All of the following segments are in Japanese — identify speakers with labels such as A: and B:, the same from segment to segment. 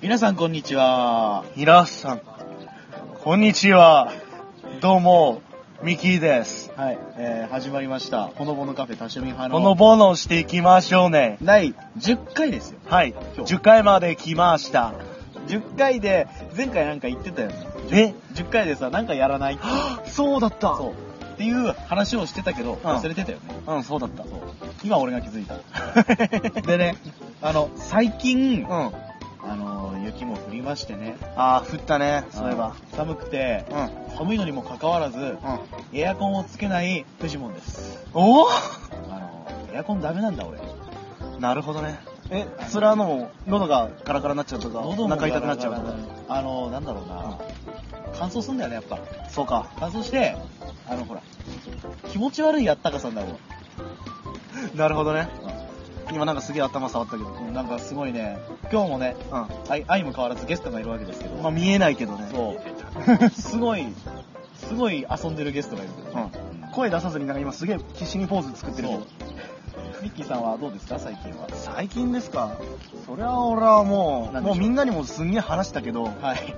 A: 皆さんこんにちは。
B: 皆さん、こんにちは。どうも、ミキーです。
A: はい、えー、始まりました。ほのぼのカフェ多趣味派の
B: このボノをしていきましょうね。
A: 第10回ですよ。
B: はい、
A: 今日
B: 10回まで来ました。
A: 10回で、前回なんか言ってたよね。
B: え
A: 10回でさ、なんかやらないって。
B: そうだった。
A: そうう。っていう話をしてたけど、忘れてたよね。
B: ん、そうだった。
A: そう今俺が気づいた。でね、あの、最近、
B: うん。あ
A: あの、雪も降りましてね。
B: あー、降ったね、そういえば。。
A: 寒くて、
B: うん、うん。
A: 寒いのにもかかわらず、エアコンをつけないフジモンです。
B: お
A: あ
B: ー
A: の、エアコンダメなんだ俺。
B: なるほどね。え、それはあの、喉がガラガラになっちゃうとか、お
A: も
B: 腹痛くなっちゃうとか。
A: あの、なんだろうな。乾燥すんだよね、やっぱ。
B: そうか。
A: 乾燥して、あの、ほら、気持ち悪いあったかさになるわ。
B: なるほどね。今なんかすげえ頭触ったけど。
A: うんなんかすごいね、今日もね、
B: う
A: あい相も変わらずゲストがいるわけですけど、
B: ん。まあ見えないけどね。
A: そう。すごい、すごい遊んでるゲストがいる。
B: うん声出さずになんか今すげえ必死にポーズ作ってるけ
A: そう
B: ど。
A: ミッキーさんはどうですか、最近は。
B: 最近ですかそりゃ俺はもう
A: なんでし
B: も
A: ょう
B: うみんなにもすんげえ話したけど
A: はい。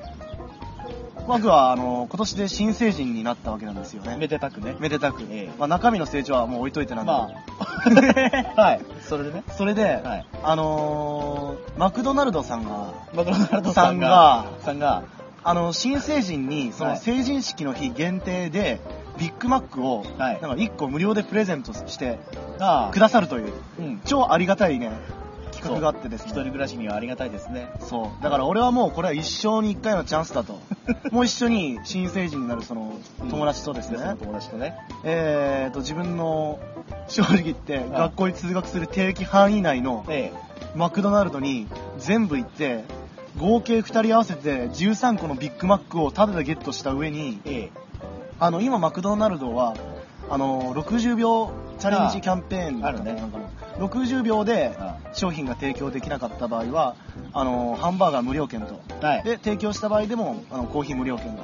B: 僕はあの今年で新成人になったわけなんですよね
A: めでたくね。
B: めでたく、
A: ええ
B: まあ、中身の成長はもう置いといてなんで、
A: まあ、はい。それでね。
B: それで、
A: はい
B: あのーマクドナルドさんが
A: マクドナルドさ
B: さ
A: ん
B: ん
A: が
B: が、
A: さんが、
B: あの新成人にそ
A: は
B: の
A: い
B: 成人式の日限定でビッグマックを
A: は
B: なん
A: い
B: か1個無料でプレゼントして
A: が
B: く、ださるという
A: うん。
B: 超ありがたいね企画があってです
A: 一
B: ね
A: 人暮らしにはありがたいですね。
B: そう。だから俺はもうこれは一生に一回のチャンス だと。もう一緒に新成人になるその
A: うん
B: 友達とですね、
A: その友達とね。
B: えーと、自分の正直言って
A: ん
B: 学校に通学する定期範囲内の
A: え
B: マクドナルドに全部行って、合計2人合わせて13個のビッグマックをタダでゲットした上に
A: え、、え
B: あの、今マクドナルドは、あの、60秒チャレンジキャンペーン
A: ああるね
B: なんかな60秒で
A: あ
B: 商品が提供できなかった場合は、あの、ハンバーガー無料券と、
A: え。はい。
B: で提供した場合でもあのコーヒー無料券が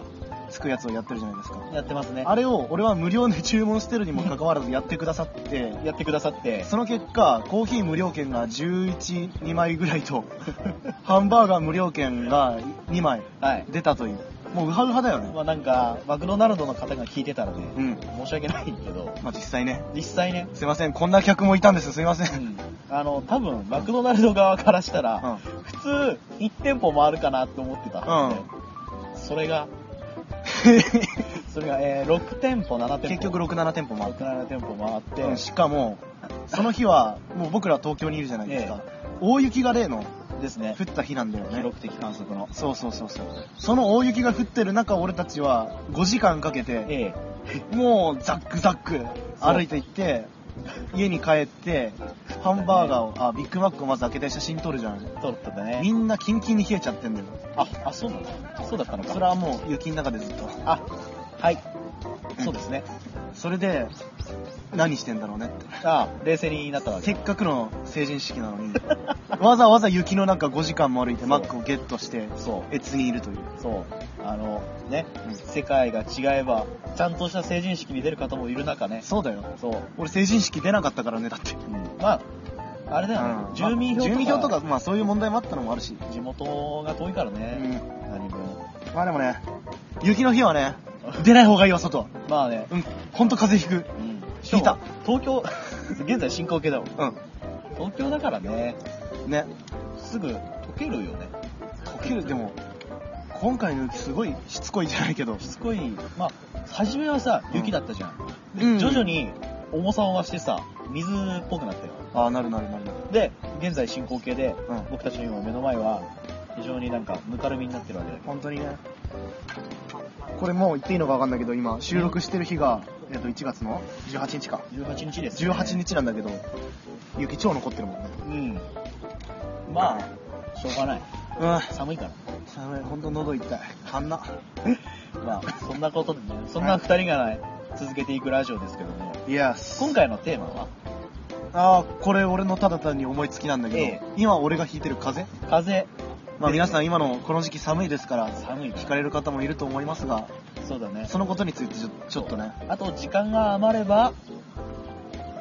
B: つくやつをやってるじゃないですか
A: やってますね。
B: あれを俺は無料で注文してるにもかかわらずやってくださって
A: やってくださって。
B: その結果コーヒー無料券が112枚ぐらいと ハンバーガー無料券が2枚
A: はい。
B: 出たというもうウハウハだよね
A: まあなんか、マクドナルドの方が聞いてたらね、
B: うん
A: 申し訳ないけど、
B: まあ実際ね
A: 実際ね、
B: すいませんこんな客もいたんですすいま せ
A: うんん、あの、多分、マクドナルド側からしたら、普通、1店舗回るかなと思ってたんで、それが、それが、えー、6店舗、7店舗。
B: 結局67店舗もあっ
A: 6、7店舗回って、
B: て、しかもその日はもう僕ら東京にいるじゃないですか、大雪が例の
A: ですね
B: 降。った日なんだよね
A: 記録的観測の。
B: そうそうそうそう。その大雪が降ってる中、俺たちは5時間かけて、
A: ええ。
B: もうザックザック歩いていって、家に帰って、ハンバーガーを、あ、ビッグマックをまず開けて写真撮るじゃん。
A: 撮ってたね。
B: みんなキンキンに冷えちゃってんだよ。
A: あ、あ、そうなんだ。そうだったのか。
B: それはもう雪の中でずっと。
A: あ、はい。
B: うん
A: そうですね。
B: それで、何してんだろうねって。
A: あ、冷静になったわけ
B: せ。っかくの成人式なのに、 わざわざ雪の中5時間も歩いてマックをゲットして、
A: そ
B: 越にいるという。
A: う。そう。あの、ね、
B: うん
A: 世界が違えば、ちゃんとした成人式に出る方もいる中ね。
B: そうだよ。
A: そう。
B: 俺成人式出なかったからね、だって。
A: うんまあ、あれだよね。住民票とか。
B: 住民票とか、まあそういう問題もあったのもあるし。
A: 地元が遠いから
B: う
A: ね。
B: ん。
A: 何分。
B: まあでもね、雪の日はね、 出ない方がいいわ、外は。
A: まあね。
B: うん。ほんと風邪ひく。
A: うん。
B: 聞いた
A: 東京、 現在進行形だもん。
B: う
A: 東京だからね、
B: ん。ね。
A: すぐ溶けるよね。
B: 溶ける、でも、今回の雪すごいしつこいじゃないけど。
A: しつこい。まあ、初めはさ、雪だったじゃん。で
B: うん
A: 徐々に重さを増してさ、水っぽくなったよ。
B: ああ、なるなるなるなる。
A: で、現在進行形で、
B: うん
A: 僕たちの今目の前は、非常になんか、ぬかるみになってるわけだけど。
B: 本当にね。これもう言っていいのかわかんないけど、今、収録してる日が、えっと、1月の18日か。
A: 18日です、ね。
B: 18。日なんだけど、雪超残ってるもんね。
A: うん。まあ、しょうがない。
B: うん。
A: 寒いから。
B: 寒い、ほんと喉痛い。あんな。
A: まあ、そんなことでね、そんな二人がね、続けていくラジオですけども、
B: イエス。
A: 今回のテーマは、
B: ああ、これ俺のただ単に思いつきなんだけど、
A: ええ
B: 今俺が引いてる風邪
A: 風、
B: まあ皆さ
A: え
B: ん今のこの時期寒いですから、
A: 寒い
B: 惹
A: か
B: かれる方もいると思いますが、
A: ら。そうだね。
B: そのことについてちょちょっとね。
A: あと、時間が余れば、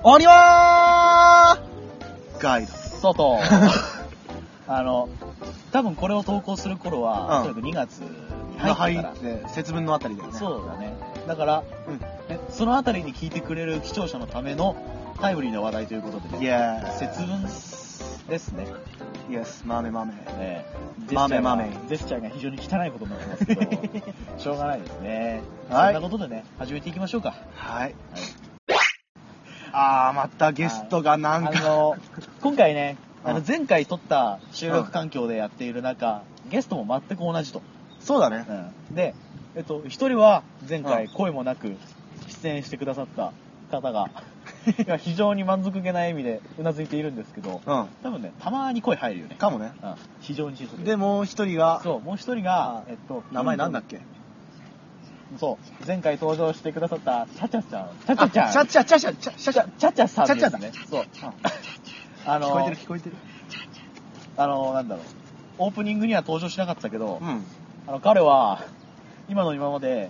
B: 鬼はーガイド。
A: 外。あの、多分これを投稿する頃は、お
B: うん
A: そらく2月に
B: が
A: 入
B: 入
A: っ
B: った
A: から。
B: て、節分のあたりだよね。う。
A: そうだね。だから、
B: うん。
A: ねそのあたりに聞いてくれる視聴者のためのタイムリーな話題ということで
B: イ
A: ね。
B: エ
A: 節分ですね。
B: ーイ。イエス、豆豆。
A: ね
B: 豆豆
A: ジェスチャーが非常に汚いことになってますけど、しょうがないですね。
B: はい
A: そんなことでね、始めていきましょうか。
B: はい。あー、またゲストがな
A: あ
B: んか、
A: の、 今回ね、
B: う
A: あ
B: ん
A: の前回撮った収録環境でやっている中、ゲストも全く同じと。
B: そうだね。
A: で、えっと、一人は前
B: う
A: 回
B: ん
A: 声もなく出演してくださった方が、 いや非常に満足げな笑みでうなずいているんですけど、
B: うん。
A: 多分ね、たまに声入るよね。
B: かもね。
A: うん、非常に小さく。
B: で、もう一人が、
A: そう、もう一人が、えっと、
B: 名前なんだっけ
A: そう、前回登場してくださった、チャチャさん。チャチャちゃん。
B: あチャチャチャチャチャチャチャ。
A: チャチャさんですね。
B: チャチャだ
A: そう。あの、
B: 聞こえてる聞こえてる。
A: あの、なんだろう。オープニングには登場しなかったけど、
B: うん。
A: あの、彼は、今の今まで、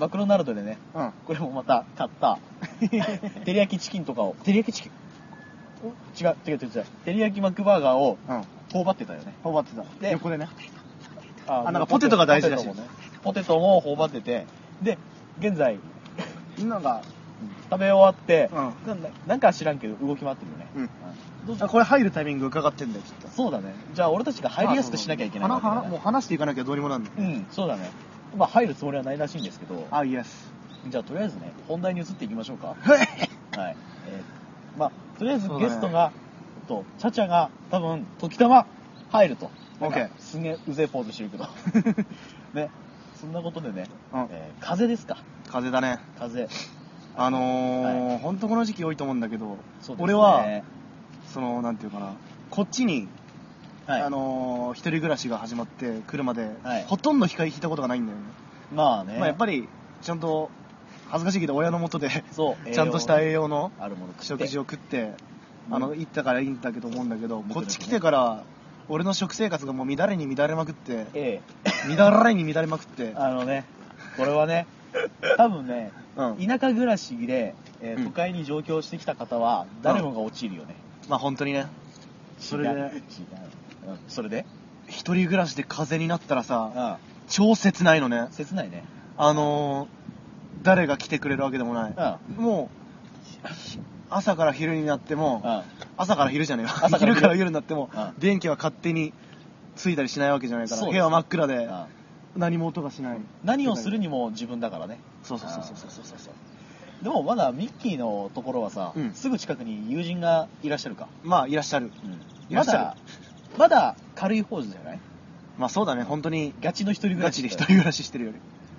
A: マクロナルドでね、
B: うん。
A: これもまた買った、照り焼きチキンとかを、照り焼きチキン違う、違う、違う、違う。照り焼きマックバーガーを
B: うん。
A: 頬張ってたよね。
B: 頬張ってた。
A: で
B: 横でね。
A: あ
B: なんかポテトが大事らしい
A: ポテトもね。ポテトも頬張ってて、で、現在、
B: なんか、
A: 食べ終わって、
B: う
A: なんだなんか知らんけど動き回ってるよね、
B: うん
A: どうぞ
B: あこれ入るタイミング伺ってんだよ、きっと。
A: そうだねじゃあ俺たちが入りやすくしなきゃいけない
B: あ
A: わ
B: そう
A: け
B: そう
A: だね
B: 話話もう話していかなきゃどうにもなんない。
A: うんそうだねまあ入るつもりはないらしいんですけど
B: あ、イエ ス。
A: じゃあとりあえずね本題に移っていきましょうか
B: はい。
A: はい、えーまあとりあえず
B: そうだね
A: ゲストが、えっとチャチャが多分時たま入ると
B: オッケー
A: なんかすげえうぜえポーズしてるけど ねそんなことでね、
B: うん
A: えー風邪ですか
B: 風邪だね。
A: 風邪
B: あのー、ほんとこの時期多いと思うんだけど、
A: そうですね
B: 俺は、その、なんていうかな、こっちに、
A: はい
B: あのー、一人暮らしが始まって来るまで、
A: はい
B: ほとんど光引いたことがないんだよね。
A: まあね、
B: まあやっぱり、ちゃんと、恥ずかしいけど、親のもとで、
A: そう
B: ちゃんとした栄養の
A: あるもの食って
B: 食事を食って、
A: うん
B: あの、行ったからいいんだけど思うんだけど、
A: ん
B: こっち来てから、俺の食生活がもう乱れに乱れまくって、
A: え
B: 乱れに乱れまくって
A: え、あのねこれはね多分ね
B: うん。
A: 田舎暮らしで、えー
B: うん
A: 都会に上京してきた方は誰もが陥るよね、
B: まあ本当にね、それで
A: 違う違ううんそれで
B: 一人暮らしで風邪になったらさ、
A: あ
B: 超切ないのね。
A: 切ないね
B: あのー、誰が来てくれるわけでもない。
A: あ
B: もう、朝から昼になっても、
A: あ
B: 朝から昼じゃねえ
A: 朝
B: わ。
A: から昼
B: 昼から夜になっても
A: うん、
B: 電気は勝手についたりしないわけじゃないから、
A: そうです
B: 部屋は真っ暗で、
A: あ
B: 何も音がしない。
A: 何をするにも自分だからね
B: そうそうそうそうそうそうそう。
A: でもまだミッキーのところはさ、
B: うん
A: すぐ近くに友人がいらっしゃるか、
B: まあ、いらっしゃる。いら
A: ま
B: っしゃる
A: だまだ軽い方じゃない
B: まあそうだね、本当に、
A: ガチの一人暮
B: ガ
A: ら
B: チ
A: し
B: で一人暮らししてるより。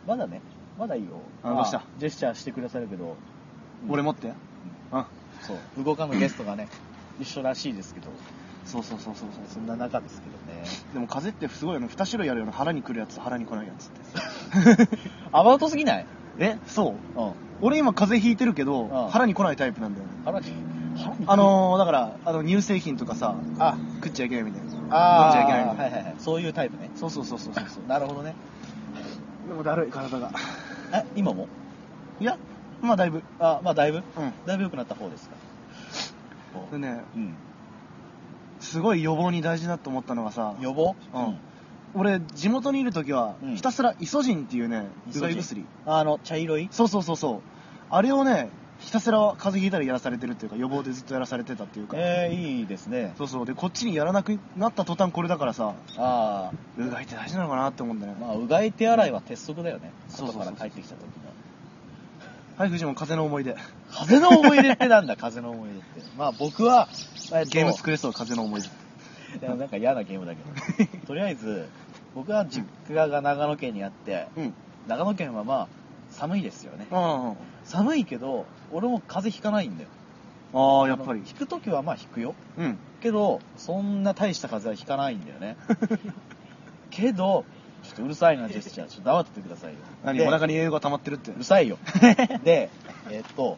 A: まだねまだいいよ
B: あどうした
A: まあジェスチャーしてくださるけど
B: 俺持って。うん。
A: そう動かぬゲストがね一緒らしいですけど
B: そうそうそうそうそう。
A: そんな中ですけどね
B: でも風邪ってすごいよね、2種類あるよね。腹に来るやつと腹に来ないやつって。
A: アバウトすぎない
B: えそう
A: うん
B: 俺今風邪ひいてるけど、
A: うん
B: 腹に来ないタイプなんだよね。
A: 腹に腹に
B: あのー、だから、あの、乳製品とかさ、
A: あ
B: 食っちゃいけないみたいな。飲んじ
A: あ
B: ゃいけないみたいな。
A: はいはいはいそういうタイプね
B: そうそうそうそうそうそう。
A: なるほどね
B: でもだるい、体が。
A: え今も
B: いや、まあだいぶ。
A: あまあだいぶ
B: うん。
A: だいぶ良くなった方ですか
B: でね、
A: うん
B: すごい予防に大事だと思ったのがさ、
A: 予防
B: うん俺、地元にいる時は
A: うん、
B: ひたすらイソジンっていうね、
A: イソジ
B: う
A: ン
B: がい薬。
A: あの茶色い
B: そうそうそうそう。あれをね、ひたすら風邪ひいたらやらされてるっていうか、予防でずっとやらされてたっていうか。
A: えー、いいですね
B: そうそう。で、こっちにやらなくなった途端これだからさ、
A: あ
B: うがいって大事なのかなって思うんだよ
A: あ
B: ね。
A: まあうがい手洗いは鉄則だよね
B: そう
A: 外
B: そうそう
A: か
B: そ
A: ら
B: う
A: 帰ってきた時の
B: はい、藤本、風の思い出。
A: 風の思い出って なんだ風の思い出ってまあ僕はえっと
B: ゲーム作れそう、風の思い出。
A: でもなんか嫌なゲームだけど とりあえず僕は実家が長野県にあって
B: うん。
A: 長野県はまあ寒いですよね
B: うんうん。
A: 寒いけど俺も風邪ひかないんだよ
B: ああ、やっぱ
A: あ
B: り
A: の。引く時はまあ引くよ
B: うん。
A: けどそんな大した風邪はひかないんだよ ねけどちょっとうるさいなジェスチャーちょっと黙っててくださいよ
B: 何
A: で
B: お腹に栄養が溜まってるって。
A: うるさ いよでえっと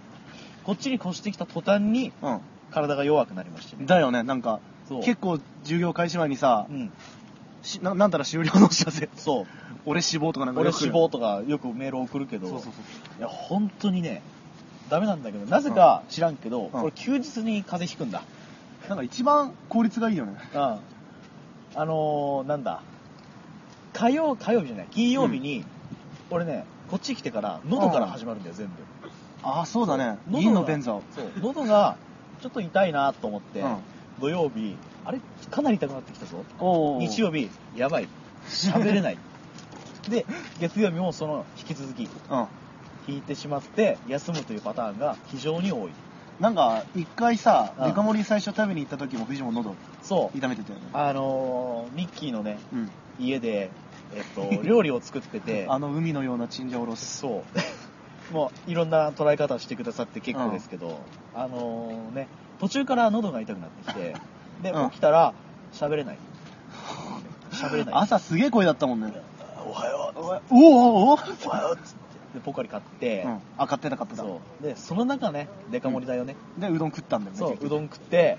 A: こっちに越してきた途端に
B: う
A: 体が弱くなりましてね
B: ん。だよね、なんか、
A: そう
B: 結構授業開始前にさ
A: う、ん
B: しななんたら終了のお知らせ。
A: そう
B: 俺死亡とかなんか
A: 俺
B: よく
A: 死亡とかよくメール送るけど
B: そうそうそう。
A: いや本当にねダメなんだけどなぜか知らんけど、
B: ん
A: 俺休日に風邪ひくんだ
B: なんか一番効率がいいよね。
A: うんあのー、なんだ、火曜、火曜日じゃない、金曜日に、俺ね、こっち来てから、喉から始まるんだよ、全部。
B: ああ、そうだね。
A: 喉が
B: 銀の便座を。
A: そう、喉が、ちょっと痛いなと思って、
B: うん
A: 土曜日、あれ、かなり痛くなってきたぞ。
B: お
A: 日曜日、やばい。喋れ ない。で、月曜日もその、引き続き、
B: うん。
A: 引いてしまって、休むというパターンが非常に多い。
B: なんか、一回さ、
A: うん
B: デカ盛り最初食べに行った時も藤も喉
A: そう。
B: 痛めてたよね。
A: あのー、ミッキーのね、
B: うん。
A: 家で、えっと、料理を作って て、
B: あの海のようなチンジャオロース。
A: そう。 もう、いろんな捉え方をしてくださって結構ですけど、あのね、途中から喉が痛くなってき て、で、
B: うん
A: 起きたら、喋れない。喋れない。
B: 朝すげえ声だったもんね。
A: おはよう、おはよ
B: おおお
A: う、
B: お
A: おはようっつって、で、ポカリ買って、
B: うん。あ、買ってた買ってた。
A: そう。で、その中ね、デカ盛りだよね。
B: で、うどん食ったんだよね。
A: そう
B: 結、
A: う
B: 局
A: どん食って、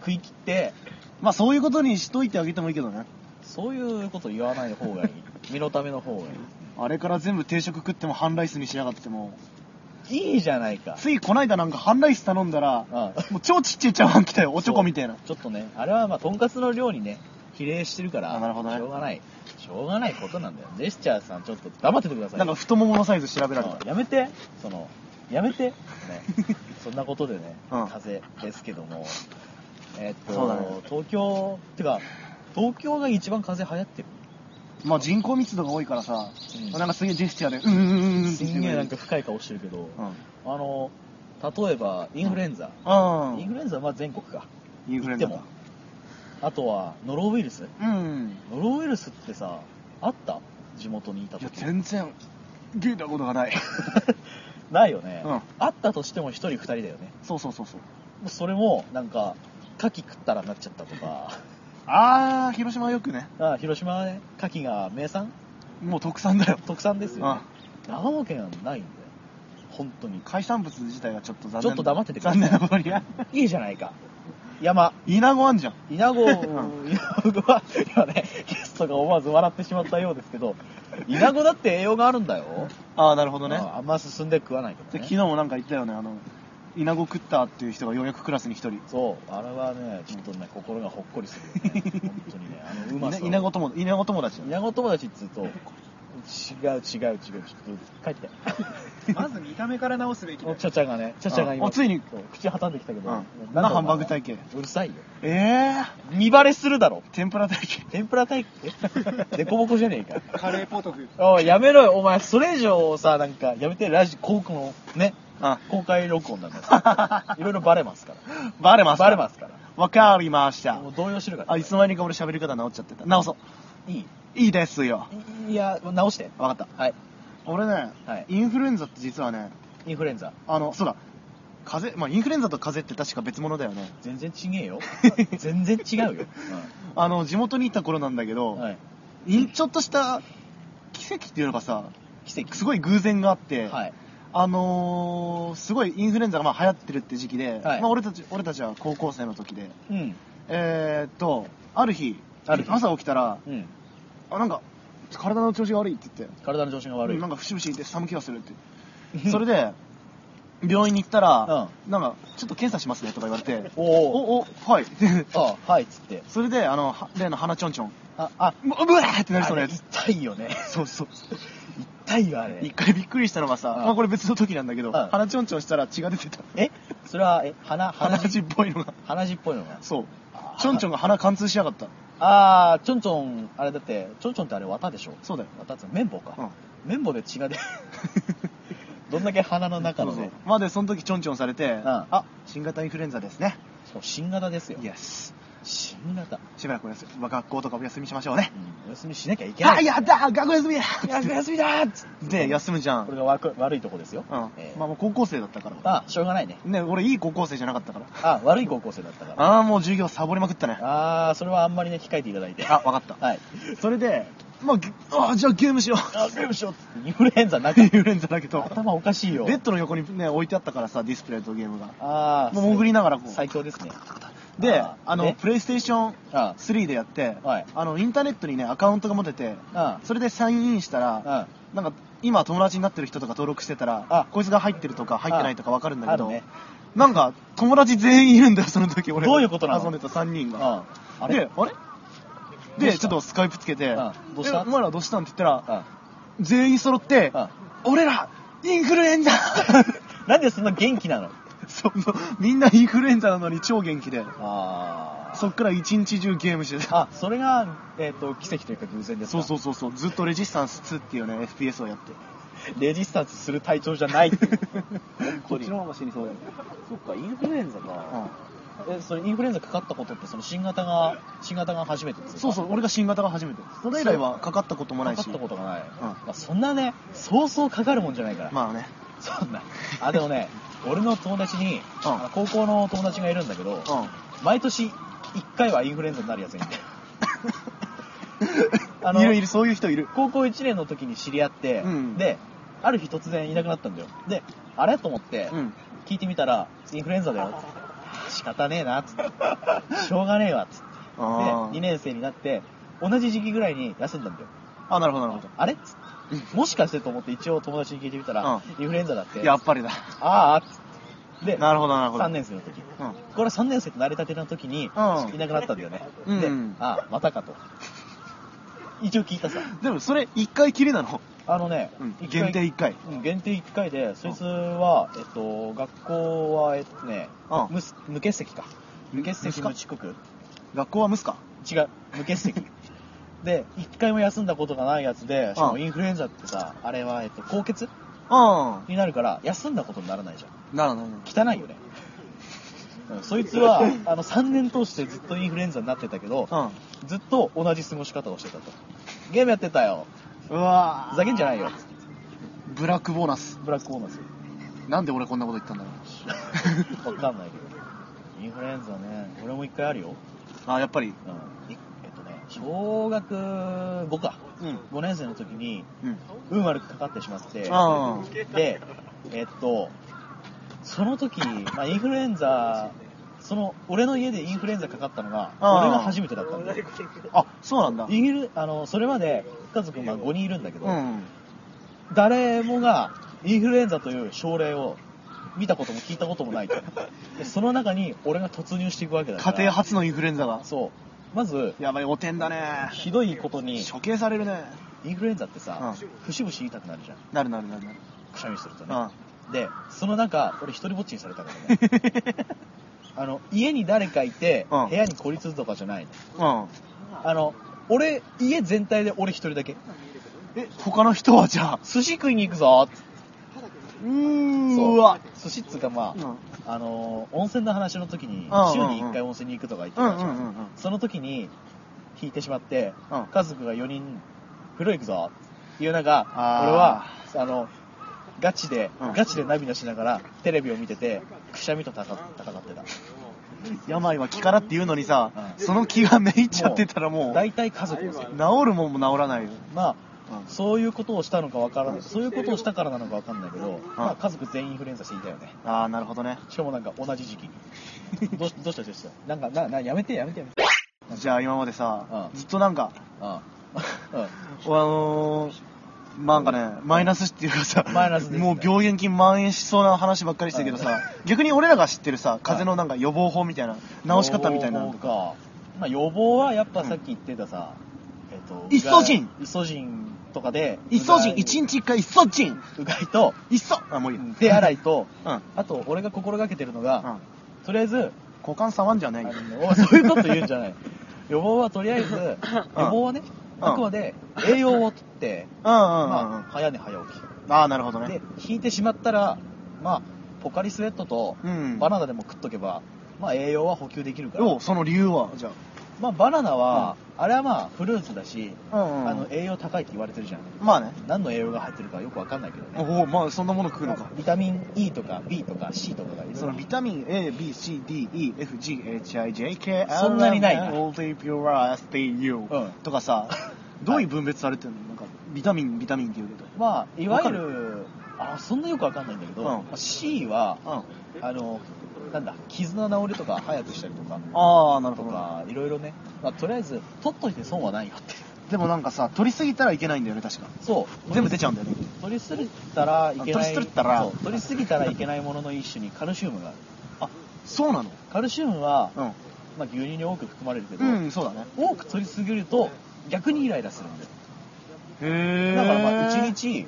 A: 食い切って、
B: まあ、そういうことにしといてあげてもいいけどね。
A: そういうこと言わない方がいい。身のための方がい
B: あれから全部定食食っても半ライスにしやがっても。
A: い。いいじゃない か。
B: ついこないだなんか半ライス頼んだら、
A: あ
B: もう超ちっちゃい茶碗来たよ。おちょこみたいな。
A: ちょっとね、あれはまあ、とんかつの量にね、比例してるから、
B: あなるほどね
A: しょうがない。しょうがないことなんだよ。ジェスチャーさん、ちょっと黙っててください
B: な
A: よ。
B: んか太もものサイズ調べられ
A: あ
B: た。
A: やめて、その、やめて、ね、 そんなことでね、
B: うん
A: 風邪ですけども、えーっ
B: そ
A: と、
B: うだね
A: 東京、てか、東京が一番風邪流行ってる。
B: まあ人口密度が多いからさ、
A: うん
B: なんかすげえジェスチャーで、うんうんうんうんって
A: す
B: 言って
A: ん
B: く
A: げ
B: れ
A: え
B: る
A: なんか深い顔してるけど、
B: うん。
A: あの、例えば、インフルエンザ。
B: あ
A: インフルエンザはまあ全国か。
B: インフルエン
A: で
B: ザ
A: も
B: か。
A: あとは、ノロウイルス
B: うん。
A: ノロウイルスってさ、あった地元にいた
B: いや、
A: 時。
B: 全然、聞いたことがない。
A: ないよね、
B: うん
A: あったとしても1人2人だよね。
B: そうそうそうそう。
A: それも、なんか、牡蠣食ったらなっちゃったとか、
B: あー、広島はよくね、
A: あ広島はね、牡蠣が名産
B: もう特産だよ。
A: 特産ですよ、ね。
B: う
A: 長野県はないんだよ。本当に
B: ん。。海産物自体がちょっと残念。
A: ちょっと黙っててください
B: 残念なことに ね。
A: いいじゃないか。山、
B: 稲子あんじゃん。
A: 稲子、
B: うん
A: 稲子は、今ね、ゲストが思わず笑ってしまったようですけど、稲子だって栄養があるんだよ。
B: あー、なるほどね。
A: ああんま進んで食わないから、ね。
B: で、昨日もなんか言ったよね、あの、稲子食ったっていう人がようやくクラスに一人。
A: そう、あれはね、ちょっとね、心がほっこりするよね。本当にね、あの、う まさを。
B: 稲子友達、稲子友達だね。
A: 稲子友達っつうと、違う違う違う、ちょっと帰 って。
C: まず見た目から直すべきだ
A: お
C: よ
A: ちゃちゃがね、ちゃちゃが今、
B: あついに
A: そう口挟んできたけど、
B: うん
A: なんだお前
B: なハンバーグ体型
A: うるさいよ。
B: え えー、
A: 見バレするだろ。
B: 天ぷら体験。
A: 天ぷら体型 デコボコじゃねえか。
C: カレーポトフ
A: おいやめろよ、お前、それ以上さ、なんか、やめて、ラジ、公開の、ね、
B: あ、
A: 公開録音なんだ から。いろいろバレますから。
B: バレます。
A: バレますか
B: わかりまし
A: ら。
B: た
A: も。う動揺してるから。
B: あ、いつの間にか俺喋り方直っちゃってた。直そう。
A: いい
B: いいですよ。
A: いや、直して。
B: わかっ
A: はい。
B: た。俺ね、
A: はい
B: インフルエンザって実はね、
A: インフルエンザ。
B: あの、そうだ、風邪、まあ、インフルエンザと風邪って確か別物だよね。
A: 全然ちげえ よ。全然違うよ。
B: あの、地元に行った頃なんだけ
A: う
B: ど、
A: んはい。
B: い、ちょっとした奇跡っていうのがさ、
A: 奇跡。
B: すごい偶然があって、
A: はい。
B: あのー、すごいインフルエンザがまあ流行ってるって時期で、
A: はい
B: まあ俺たち、俺たちは高校生の時で、
A: うん。
B: えー、っと、ある日、
A: ある日
B: 朝起きたら、
A: うん。
B: あ、なんか、体の調子が悪いって言って、
A: 体の調子が悪い。
B: うんなんか節々いて寒気がするって。それ
A: で、
B: で、病院に行ったら、なんか、ちょっと検査しますねとか言われて、
A: おお。
B: お、お、はい。
A: ああ、はい、っつって。
B: それで、あの、は例の鼻ちょんちょん、
A: あ、あ、
B: うわうわーってなりそうな
A: あ
B: や
A: れ
B: つ。
A: 痛いよね。
B: そうそう。
A: 痛いよ、あ
B: 一
A: れ。
B: 回びっくりしたのがさ、
A: うん
B: まあこれ別の時なんだけど、
A: うん
B: 鼻ちょんちょんしたら血が出てた。
A: えそれは、え、鼻、
B: 鼻
A: 鼻
B: 血
A: 血、
B: っぽいのが。
A: 鼻血っぽいのが。
B: そう
A: あ。ー
B: ちょんちょんが鼻貫通しやがった。
A: あー、ちょんちょん、あれだって、ちょんちょんってあれ綿でしょ
B: そうだよ。
A: 綿っつうの綿棒
B: う
A: か
B: ん。
A: 綿棒で血 が出る。どんだけ鼻の中
B: そう
A: の
B: そう
A: ね、。
B: まあで、その時ちょんちょんされて、
A: ん
B: あ、新型インフルエンザですね。
A: そう新型ですよ。
B: イエス。
A: 新型。
B: しばらくお休み、まあ学校とかお休みしましょうね。
A: うんお休みしなきゃいけな
B: あ、
A: い。
B: やった学校休み や
A: 休み 休みだーっつって
B: で、休むじゃん。
A: こ
B: う
A: れ
B: ん。
A: が悪悪いとこですよ。
B: ま
A: えー
B: あもう高校生だったから。
A: あ、しょうがないね。
B: ね、俺いい高校生じゃなかったから。
A: あ、悪い高校生だったから。
B: ああ、もう授業サボりまくったね。
A: あー、それはあんまりね、控えていただいて。
B: あ、わかった。
A: はい。
B: それで、まあぎ、あーじゃあゲームしよう。
A: あ、ゲームしようっつって、インフルエンザな
B: イ
A: か
B: ン
A: っ
B: フルエンザだけ
A: た。
B: ど、
A: 頭おかしいよ。
B: ベッドの横にね、置いてあったからさ、ディスプレイとゲームが。
A: あー、
B: もう潜りながらこう。
A: 最強ですね。
B: で、
A: あ
B: あ
A: ー
B: の、
A: ね
B: プレイステーション
A: あ
B: 3でやって、
A: はい
B: あの、インターネットにね、アカウントが持てて、
A: あ
B: それでサインインしたら、
A: あ
B: なんか、今友達になってる人とか登録してたら、
A: あ
B: こいつが入ってるとか入ってないとかわかるんだけ
A: あ
B: ど、
A: るね
B: なんか、友達全員いるんだよ、その時俺。
A: どういうことなの
B: 遊んでた3人が。
A: あれ
B: で、あれ
A: どう
B: で
A: し
B: ち
A: た
B: ょっとスカイプつけて
A: うん
B: 「
A: どう
B: え
A: した
B: お前らどうしたん?」って言ったら
A: あ
B: 全員揃って
A: あ」
B: 「俺らインフルエンザ!
A: なんでそんな元気なの
B: そのみんなインフルエンザなのに超元気で
A: あ
B: そ
A: そ
B: っから一日中ゲームしてた
A: あそれが、えっと奇跡というか偶然です
B: そう
A: か
B: そうそうそうずっとレジスタンス2っていうね FPS をやって
A: レジスタンスする体調じゃ ないっていうこっちの
B: 方が死にそうだよ、
A: そっかインフルエンザ
B: う
A: か、
B: ん
A: えそれインフルエンザかかったことってその新型が新型が初めてですか
B: そうそう俺が新型が初めてそれ以来はかかったこともな
A: か
B: い
A: か
B: し
A: ったことがない、
B: ん
A: まあ、そんなねそうそうかかるもんじゃないから、
B: まあね
A: そんなあでもね俺の友達に、
B: うん
A: あの高校の友達がいるんだけど、
B: う
A: 毎年1回はインフルエンザになるやつがいてあ
B: ん
A: の
B: いるいるそういう人いる
A: 高校1年の時に知り合って、
B: うん
A: である日突然いなくなったんだよであれと思って、
B: うん
A: 聞いてみたらインフルエンザだよっつって仕方ねえなっつ ってしょうがねえわっつってで
B: あ
A: 2
B: ー
A: 年生になって同じ時期ぐらいに休んだんだよ
B: あなるほどなるほ
A: あれっつってもしかしてと思って一応友達に聞いてみたら、
B: うん
A: インフルエンザだって
B: どやっぱりだ
A: ああっつってで
B: なるほどなるほど
A: 3年生の時
B: うん
A: これは3年生ってなりたての時に、
B: うん
A: いなくなったんだよね、
B: うん
A: でああまたかと一応聞いたさ
B: でもそれ1回きりなの、
A: あのね、
B: うん、
A: 一
B: 限
A: 回
B: 定1回
A: うん限定1回でそいつは、えっと学校はえっとね、
B: うん
A: 無す無欠席か無欠席無遅刻
B: 学校はムスか
A: 違う無欠 席で1回も休んだことがないやつでしか
B: う
A: も
B: ん
A: インフルエンザってさあれは、えっと、高血
B: う
A: になるから休んだことにならないじゃん
B: んなるほどな
A: 汚
B: るほ
A: い よね、うん、そいつはあの3年通してずっとインフルエンザになってたけど
B: ど
A: ずっと同じ過ごし方をしてたとゲームやってたよ
B: うんうわ
A: ふざけんじゃないよ
B: ブラックボーナス
A: ブラックオーナス
B: なんで俺こんなこと言ったんだろ
A: わかんないけど。インフルエンザね、俺も一回あるよ。
B: うあやっぱり
A: うん。いえっとね、小学5か。
B: うん
A: 5年生の時に、
B: うん
A: 運悪くかかってしまって、
B: あ
A: で、えっと、その時、まあ、インフルエンザ、その、俺の家でインフルエンザかかったのが、
B: あー
A: 俺が初めてだったんだよ。
B: あそうなんだ
A: インフル、あの、それまで、家族、まあ、5人いるんだけど、
B: うん
A: 誰もがインフルエンザという症例を見たことも聞いたこともないと。 でその中に俺が突入していくわけだか
B: 家
A: ら。
B: 庭初のインフルエンザが
A: そう。まず、
B: やばい汚点だね
A: ひどいことに、
B: 処刑されるね
A: インフルエンザってさ、
B: う
A: 節々痛くなるじゃん。
B: なるなるなるなる
A: くしゃみすると
B: う
A: ね。
B: ん
A: で、その中、俺一人ぼっちにされた からね。あの、家に誰かいて、
B: うん
A: 部屋に孤立とかじゃないの。
B: うん
A: あの、俺、家全体で俺一人だけ。
B: え他の人はじゃあ
A: 寿司食いに行くぞ
B: うー
A: そう
B: うわ
A: 寿司っつうかまあ、
B: うんうん
A: あのー温泉の話の時に
B: うん
A: 週に1回温泉に行くとか言って
B: うん
A: た
B: う
A: じゃん、
B: んうん
A: その時に引いてしまって、
B: うん
A: 家族が4人風呂行くぞっていう中
B: あー
A: 俺はあのガチで、
B: うん
A: ガチで涙しながらテレビを見ててくしゃみと戦戦ってた
B: 病は気からって言うのにさ
A: うん
B: その気がめいっちゃってたらもう
A: 大体家族ですよ
B: 治るもんも治らないよ
A: まあ
B: うん
A: そういうことをしたのかわからないそういうことをしたからなのかわかんないけど、ま
B: う
A: あ、
B: ん
A: 家族全員インフルエンザしていたよね
B: ああなるほどね
A: しかもなんか同じ時期にどうしどうしたどうしたなんかななやめてやめてやめて
B: じゃあ今までさ
A: うん
B: ずっとなんか
A: ああうん
B: あのーなんかね、マイナスっていうかさ、
A: マイナスですね
B: もう病原菌蔓延しそうな話ばっかりしてるけどさ、逆に俺らが知ってるさ、風邪のなんか予防法みたいな、治し方みたいなの
A: 予
B: と
A: 防
B: か。
A: か。まあ予防はやっぱさっき言ってたさ、えっと、
B: イソジン
A: イソジンとかで、
B: 一層人、
A: うがい
B: 一日一回一層人
A: うがいと、
B: 一層あ、もういいや。うん。
A: 手洗いと、
B: うん。
A: あと俺が心がけてるのが、とりあえず、
B: 股間触んじゃね
A: あ
B: えよ。
A: のおそういうこと言うんじゃない。 予防はとりあえず、予防はね、
B: うん
A: あくまで栄養をとって、
B: うんうんうんう
A: ま
B: ん
A: あ、。早寝早起
B: ああ、なるほど
A: き。
B: ね
A: で。、引いてしまったら、まあ、ポカリスエットと
B: うん。
A: バナナでも食っとけば、まあ栄養は補給できるから。
B: おうその理由はじゃ
A: まあバナナは、あれはまあフルーツだし、
B: あ。うんうん。
A: あの栄養高いって言われてるじゃん
B: まあね。
A: 何の栄養が入ってるかよくわかんないけどね
B: おお、まあそんなもの食うのか。
A: ビタミン E とか B とか C とかがいる
B: そのビタミン A, B, C, D, E, F, G, H, I, J, K,
A: そんなにない
B: L, M, N, O, P, Q, R, S, T, U
A: うん
B: とか さ、どういう分別されてるのなんか、ビタミン、ビタミンって言うけど。
A: まあいわゆ
B: わ
A: るあそんなよくわかんないんだけど、
B: うん
A: まあ C は
B: うん。
A: あのなんだ傷の治りとか早くしたりとか
B: ああ、なる
A: と
B: ほど。
A: かいろいろね、まあ、とりあえず取っといて損はないよって
B: でもなんかさ、取りすぎたらいけないんだよね、確か。
A: そう
B: 全部出
A: 取
B: ちゃうんだよね。
A: り取りすぎたらいけない
B: 取りすぎたら
A: そう取りすぎたらいけないものの一種にカルシウムがある
B: そうなの
A: カルシウムは
B: うん。
A: まあ、牛乳に多く含まれるけど、
B: うん、そうだね。
A: 多く取りすぎると逆にイライラするんだよ
B: へ
A: だからまあ1
B: 一。
A: 日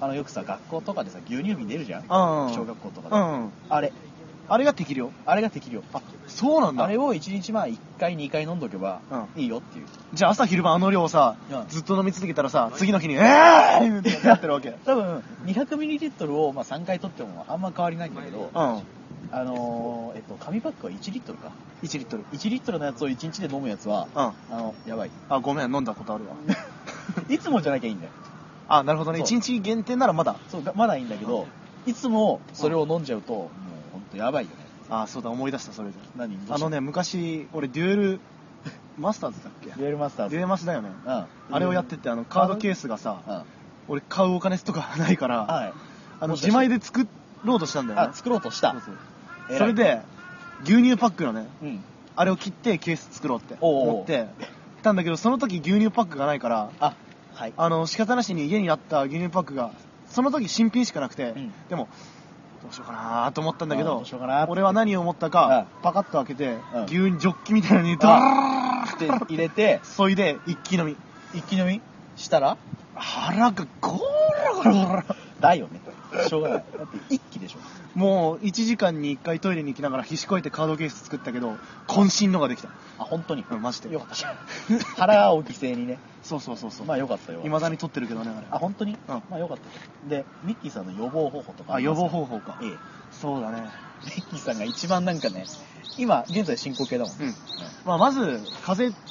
A: あのよくさ学校とかでさ牛乳瓶出るじゃん
B: うん。
A: 小学校とかで、
B: うん。
A: あれ
B: あれが適量
A: あれが適量あ
B: そうなんだ。
A: れを1日まあ1回2回飲んどけばいいよっていう、
B: じゃあ朝昼晩あの量をさ、
A: うん
B: ずっと飲み続けたらさ、次の日に、えーってなってるわ け。うん。
A: 多分 200ml をまあ3回取ってもあんま変わりないんだけど、
B: 1
A: あのーえっと紙パックは1リットルか
B: リットル。
A: 1リットルのやつを1日で飲むやつは
B: うん。
A: あのやばい
B: あ、ごめん、飲んだことあるわ。
A: いつもじゃなきゃいいんだよ
B: あ、なるほどね。
A: そう
B: 1日限定ならまだ。
A: そうだまだいいんだけどいつもそれを飲んじゃうともうほんとやばいよね
B: あ、そうだ、思い出した、それで。
A: 何どうした
B: あのね、昔、俺、デュエル、マスターズだっけ
A: デュエルマスターズ
B: デュエマスだよね。
A: うん
B: あれをやってて、あの、カードケースがさ、
A: うん
B: 俺買うお金とか ないから、
A: はい
B: あの、
A: もしか
B: 自
A: して
B: 前で作ろうとしたんだよ
A: あ
B: ね。
A: 作ろうとした
B: そうそう
A: 偉い
B: それで、牛乳パックのね、
A: うん
B: あれを切ってケース作ろうって
A: おうおう
B: 思ってたんだけどその時牛乳パックがないから
A: あはい
B: あの仕方なしに家にあった牛乳パックがその時新品しかなくて、
A: うん
B: でもどうしようかなと思ったんだけ
A: あー
B: ど
A: どうしようかなーって
B: 俺は何を思ったか
A: う
B: パカッと開けて、
A: うん
B: 牛乳ジョッキみたいなのにドー
A: っ
B: ってて
A: 入れて
B: そいで一気飲み
A: 一気飲みしたら
B: 腹がゴロゴロゴロ
A: だよねしょうがないだって一気でしょ
B: もう1時間に1回トイレに行きながらひしこいてカードケース作ったけど渾身のができた
A: あ本当に
B: うんマジで
A: よかったじ ゃん腹を犠牲にね
B: そうそうそうそう
A: まあよかったよ
B: いまだに取ってるけどねあれ
A: あ本当に、
B: うん
A: まあよかったでミッキーさんの予防方法とか
B: あ
A: り
B: 予
A: ますか
B: 防方法か
A: ええミ
B: そうだね
A: ッキーさんが一番なんかね今現在進行形だもん、
B: うんまあ、まず風邪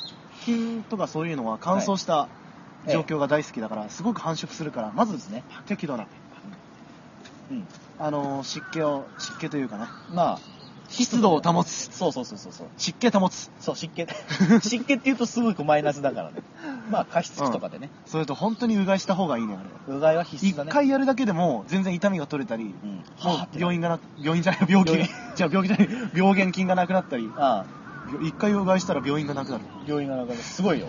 B: 菌とかそういうのは乾燥した
A: い
B: 状況が大好きだから、すごく繁殖するからまずですね適度な、
A: うん
B: あのー湿気を湿気というかね
A: まあ
B: 湿度を保つ
A: そうそうそうそうそう
B: 湿気保つ
A: そう湿気湿気って言うとすごくマイナスだからねまあ加湿器とかでね、
B: それと本当にうがいした方がいいねあれは
A: うがいは必須
B: 一、
A: だね
B: 回やるだけでも全然痛みが取れたり、も
A: うん
B: う病院がな病院じゃない病気
A: 病
B: じゃあ病気じゃない病原菌がなくなったり
A: ああ
B: 一回うがいしたら病院がなくなる
A: 病院がなんかすごいよ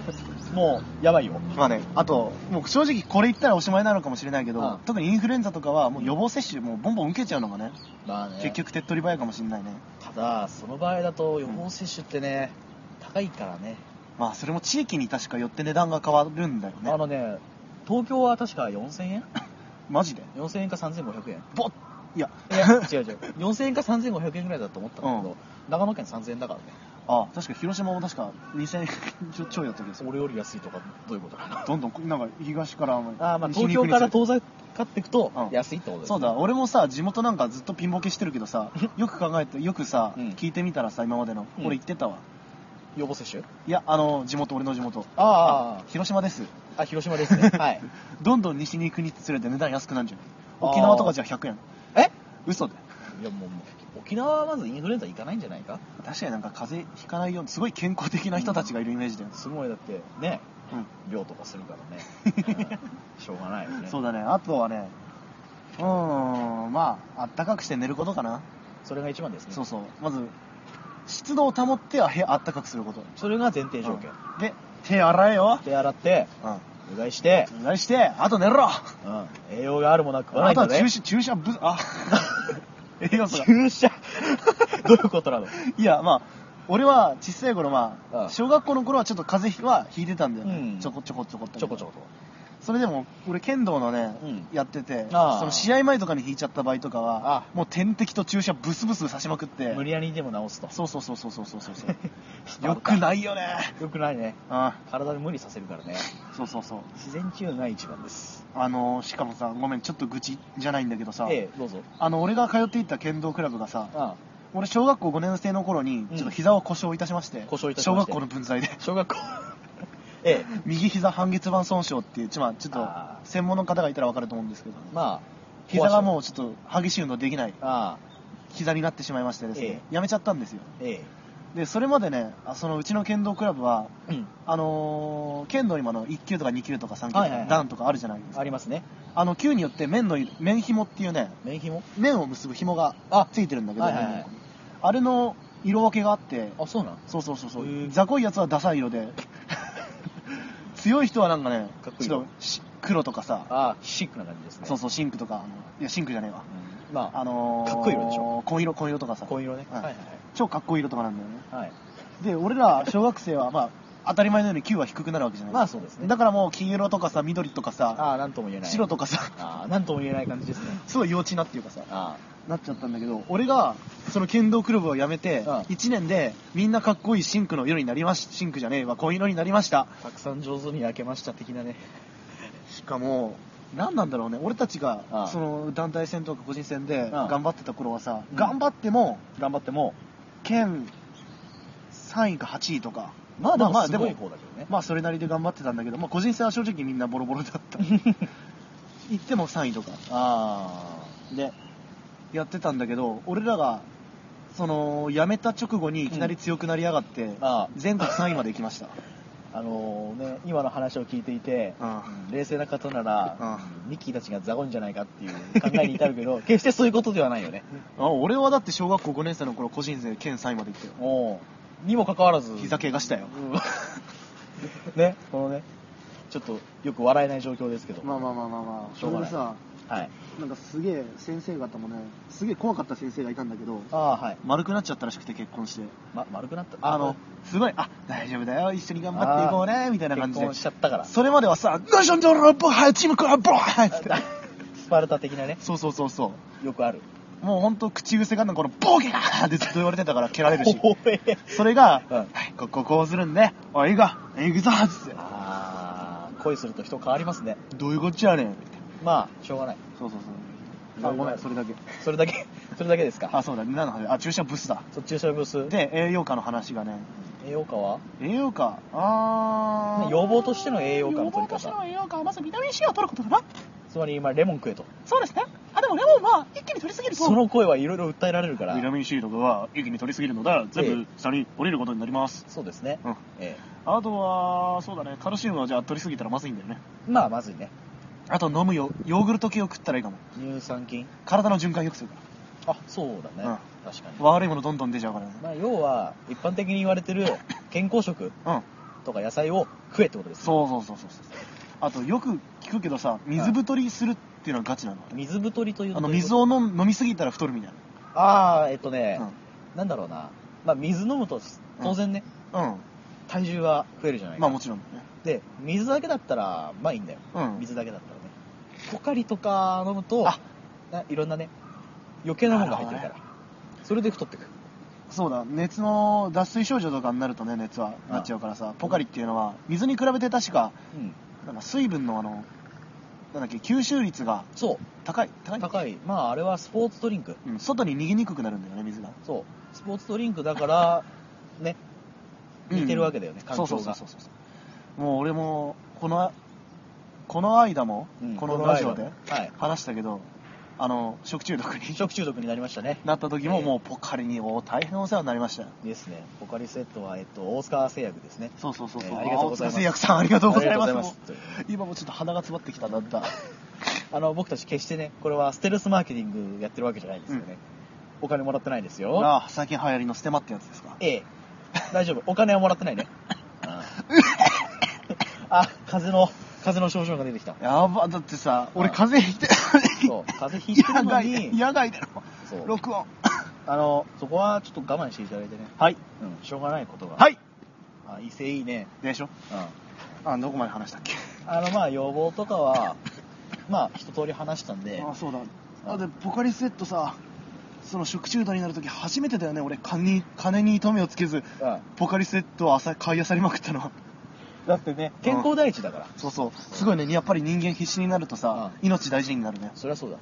A: もうやばいよ
B: まあね、あと、もう正直これ言ったらおしまいなのかもしれないけど、
A: うん
B: 特にインフルエンザとかはもう予防接種もうボンボン受けちゃうのがね、
A: まあね
B: 結局手っ取り早いかもしれないね。
A: ただその場合だと予防接種ってね、高いからね
B: まあそれも地域に確かよって値段が変わるんだよ
A: あ
B: ね。
A: のね東京は確か4000円
B: マジで
A: 4000円か3500円
B: ぼっいや、
A: いや 違う違う4000円か3500円ぐらいだと思ったんだけど、
B: う
A: 長野県3000円だからね
B: あ、確か広島も確か2000円ちょちょいだったけどさ、
A: 俺より安いとかどういうことかな
B: どんどんなんか東からあんまり
A: あーまあ東
B: 西に
A: 京
B: 行くにつ
A: か
B: れ
A: ら
B: て
A: 遠ざかっていくと
B: うん
A: 安いってことだよね
B: そうだ、俺もさ、地元なんかずっとピンボケしてるけどさ、よく考えて、よくさ、
A: うん
B: 聞いてみたらさ、今までの、
A: うん
B: 俺言ってたわ。
A: 予防接種
B: いや、あの、地元、俺の地元。
A: あ
B: 広島です。
A: ああ広島です ねはい
B: どんどん西に行くにつれて値段安くなるじゃん
A: あー
B: 沖縄とかじゃ100円
A: え
B: 嘘で
A: いやもうもう沖縄はまずインフルエンザ行かないんじゃないか
B: 確かになんか風邪ひかないようにすごい健康的な人たちがいるイメージだよね、
A: すごいだってね
B: うん
A: 量とかするから ね、うんしょうがないよね
B: そうだねあとはねうーんまああったかくして寝ることかな、
A: それが一番ですね
B: そうそうまず湿度を保っては部屋あったかくすること
A: それが前提条件、
B: うんで手洗えよ
A: 手洗って
B: う
A: うがいして、
B: んうがいしてあと寝ろ
A: うん、栄養があるものは食わな
B: あ
A: い
B: と
A: とね
B: は注射注射ぶ あ栄養素が
A: 注射 どういうことなの
B: いや、まあ、俺は小さい頃、まあ、
A: ああ
B: 小学校の頃はちょっと風邪はひいてたんだよね。
A: うん
B: ちょこちょこちょこっと。
A: ちょこちょこ
B: それでも、俺剣道のね、
A: うん
B: やってて、
A: ああ
B: その試合前とかにひいちゃった場合とかは、
A: ああ
B: もう点滴と注射ブスブス刺しまくっ
A: と
B: て、
A: 無理やりでも治すと
B: そうそうそうそうそうそ うそう。よ
A: よ
B: く
A: くない
B: ないよね。
A: よくないね
B: あ
A: 体で無理させるからね
B: あそうそうそう。
A: 自然治癒が一番です
B: あのーしかもさ、ごめん、ちょっと愚痴じゃないんだけどさ、
A: ええどうぞ
B: あの、俺が通っていた剣道クラブがさ、
A: ああ
B: 俺小学校5年生の頃に、ちょっと膝を故障いたしまして、
A: 故障いたし
B: 小
A: まし
B: 学
A: て
B: 校の分際で。
A: 小学校ええ
B: 右膝半月板損傷っていう、ちょまあちょっと
A: あー
B: 専門の方がいたら分かると思うんですけど、
A: まあ
B: 膝が
A: う
B: もうちょっと激しい運動できない
A: ああ
B: 膝になってしまいましてですね
A: え、
B: やめちゃったんですよ。
A: え
B: で、それまでね、あそのうちの剣道クラブは、
A: えうん
B: あのー剣道にもあの1級とか2級とか3級と
A: はいはい
B: か
A: はい
B: 段とかあるじゃないですか。
A: ありますね
B: あの級によって面の、面紐っていうね、
A: 免疫も
B: 面を結ぶ紐が
A: あ
B: ついてるんだけど、
A: はいはいはい
B: 面のあれの色分けがあって、
A: あそうなん
B: そうそうそうそ
A: へー
B: う。雑魚いやつはダサい 色で、強い人はなんかね
A: かっ、こいい
B: ちょっとし黒とかさ、
A: ああシックな感じですね
B: そうそう、シンクとか、あのいや、シンクじゃねえわ。
A: うんまあ
B: あのー、
A: かっこいい色でしょ
B: 紺色、紺色とかさ。
A: 紺色ね、
B: はい
A: はいはい
B: 超かっこいい色とかなんだよね。
A: はいはい
B: で、俺ら小学生は、まあ、当たり前のように Q は低くなるわけじゃない。
A: まあそうですね
B: だからもう、黄色とかさ、緑とかさ、
A: ああ、なんとも言えない。
B: 白とかさ、
A: ああ、なんとも言えない感じですね。
B: すごい幼稚なっていうかさ、
A: あ
B: なっちゃったんだけど、俺が、その剣道クラブを辞めて、
A: うん
B: 1年で、みんなかっこいいシンクの色になりました。シンクじゃねえわ、こういう色になりました。
A: あ、たくさん上手に焼けました的なね。
B: しかも、何なんだろうね、俺たちが、
A: ああ
B: その団体戦とか個人戦で
A: ああ
B: 頑張ってた頃はさ、
A: うん
B: 頑張っても、
A: 頑張っても、
B: 県3位か8位とか、
A: まあでも、
B: まあ
A: す
B: でも
A: ごい方だけどね。
B: まあそれなりで頑張ってたんだけど、まあ、個人戦は正直みんなボロボロだ った。行っても3位とか
A: あ
B: でやってたんだけど、俺らが、その、辞めた直後にいきなり強くなりやがって、
A: ああ
B: 全国3位まで行きました。
A: あ、あのね、今の話を聞いていて、
B: うん
A: 冷静な方なら、
B: あ
A: ミッキーたちがザゴンじゃないかっていう考えに至るけ ど、決してそういうことではないよね。
B: あ俺はだって小学校5年生の頃個人戦県3位まで行ったよ。
A: おにもかかわらず、
B: 膝怪我したよ。
A: うん ね、このね、ちょっとよく笑えない状況ですけど、
B: まあまあまあまあまあ、
A: しょうがない
B: それでさ、
A: はい。
B: なんかすげえ先生方もね、すげえ怖かった先生がいたんだけど、
A: ああ、はい。
B: 丸くなっちゃったらしくて結婚して。
A: ま、丸くなった。
B: あの、すごい、あ、大丈夫だよ、一緒に頑張っていこうね、みたいな感
A: 結
B: じで
A: 婚。しちゃった から。
B: それまではさ、ナイションドローボーハイ、チームクラボーハイっつって。
A: スパルタ的なね、
B: そうそうそうそ
A: よくある。
B: う。もうほんと口癖がなんかこの、ボーゲーってずっと言われてたから蹴られるし。
A: 怖え
B: それが、
A: うん
B: はい、こここうするんで、おい、行くぞ、行くぞっつって。
A: ああ、恋すると人変わりますね。
B: どういうこっちゃねん、みたいな。
A: まあ、しょうがない。
B: そうそう
A: あ
B: あ、
A: ご
B: ご
A: め
B: め
A: ん
B: ん、それだけ。
A: それだけ、 それだけですか。
B: あ、そうだ、何の話あ、注射ブスだ。
A: そっちのブース。
B: で、栄養価の話がね、
A: 栄養価は
B: 栄養価、あー。
A: 要望としての栄養価の取り
C: 私
A: 方
C: の。栄養価はまずビタミン C を取ることだな
A: つまり、まあ、レモン食えと。
C: そうですねあでもレモンは一気に取りすぎると
A: その声はいろいろ訴えられるから
B: ビ。タミン C とかは一気に取りすぎるので、全部下に降りることになります。
A: そうですね。
B: うん
A: え
B: あとは、そうだね、カルシウムはじゃあ取りすぎたらまずいんだよね。
A: えまあ、まずいね。
B: あと飲むよ、ヨーグルト系を食ったらいいかも。
A: 乳酸菌。
B: 体の循環良くするか
A: あ、そうだね。
B: うん
A: 確かに
B: ら。。悪いものどんどん出ちゃうからね。
A: まあ、要は、一般的に言われてる健康食
B: うん。
A: とか野菜を食えってことです。
B: そうそうそうそうそう。あと、よく聞くけどさ、水太りするっていうのはガチなの。
A: 水太りという
B: あの、水
A: を。
B: を飲ん飲みすぎたら太るみたい
A: ああ、えっとね、
B: な。
A: なんだろうな。まあ、水飲むと、当然ね、
B: うん。うん。
A: 体重は増えるじゃないか。
B: まあもちろんね。
A: で、水だけだったら、まあいいんだよ。
B: うん
A: 水だけだったらね。ポカリとか飲むと、
B: あ
A: ないろんなね、余計なものが入ってるから。それで太ってく。
B: そうだ、熱の脱水症状とかになるとね、熱はなっちゃうからさ、ポカリっていうのは、水に比べて確か、
A: うん。
B: なんか水分のあの、なんだっけ、吸収率が
A: そう。
B: 高い、高い。
A: 高い。まあ、あれはスポーツドリンク。
B: うん、外に逃げにくくなるんだよね、水が。
A: そう。スポーツドリンクだから、ね、似てるわけだよね、環境
B: そう
A: が。
B: そうそうそうそうもう俺もこのこの間も、
A: うん
B: このラジオで
A: はい。
B: 話したけどあの食中毒に
A: 食中毒になりましたね。
B: なった時も
A: ええ
B: もうポカリにお大変お世話になりましたよ
A: ですね。ポカリセットは、えっと、大塚製薬ですね。
B: そうそうそうそう、
A: ええありがとうございます
B: 青塚製薬さんありがとうございま
A: あ
B: す
A: りがとうございま
B: もう今もちょっと鼻が詰まってきただった
A: あの、僕たち決してね、これはステルスマーケティングやってるわけじゃないですよね。お金もらってないですよ。
B: ああ最近流行りのステマってやつですか
A: ええ。大丈夫。お金はもらってないね。 ああ、風の、風の症状が出てきた。
B: やばだってさ俺
A: ああ
B: 風邪ひいて
A: そう。風邪ひいてる
B: 野
A: の
B: 外
A: に
B: で、 野外で
A: そう
B: の録音
A: あの、そこはちょっと我慢していただいてね。
B: はい
A: うん、しょうがないことが。
B: はい
A: あ、異性いいね。
B: でしょ
A: うん。
B: あどこまで話したっけ
A: あの、まあ、要望とかは、まあ、一通り話したんで、
B: あそうだあでポカリスエットさその食中毒になるとき初めてだよね俺金に金に糸目をつけず
A: うん
B: ポカリスエットをあさ買い漁りまくったのは
A: だってね、健康第一だから。
B: そうそうすごいねやっぱり人間必死になるとさ
A: う
B: 命大事になるね
A: そりゃ そうだ。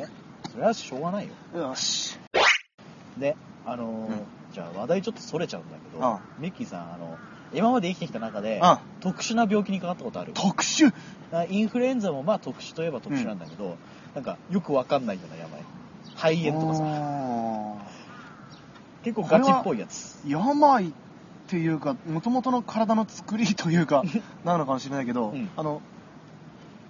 A: ね。そりゃしょうがないよ。
B: よし
A: で、あのー
B: うん
A: じゃあ話題ちょっとそれちゃうんだけど、
B: ああ
A: ミッキーさん、あの、今まで生きてきた中で、
B: ああ
A: 特殊な病気にかかったことある
B: 特殊
A: あインフルエンザもまあ特殊といえば特殊なんだけど、なんかよくわかんないような病。肺炎とかさ、
B: あ
A: 結構ガチっぽいやつ。
B: ー病っていうかもともとの体の作りという かなのかもしれないけど、
A: うん
B: あの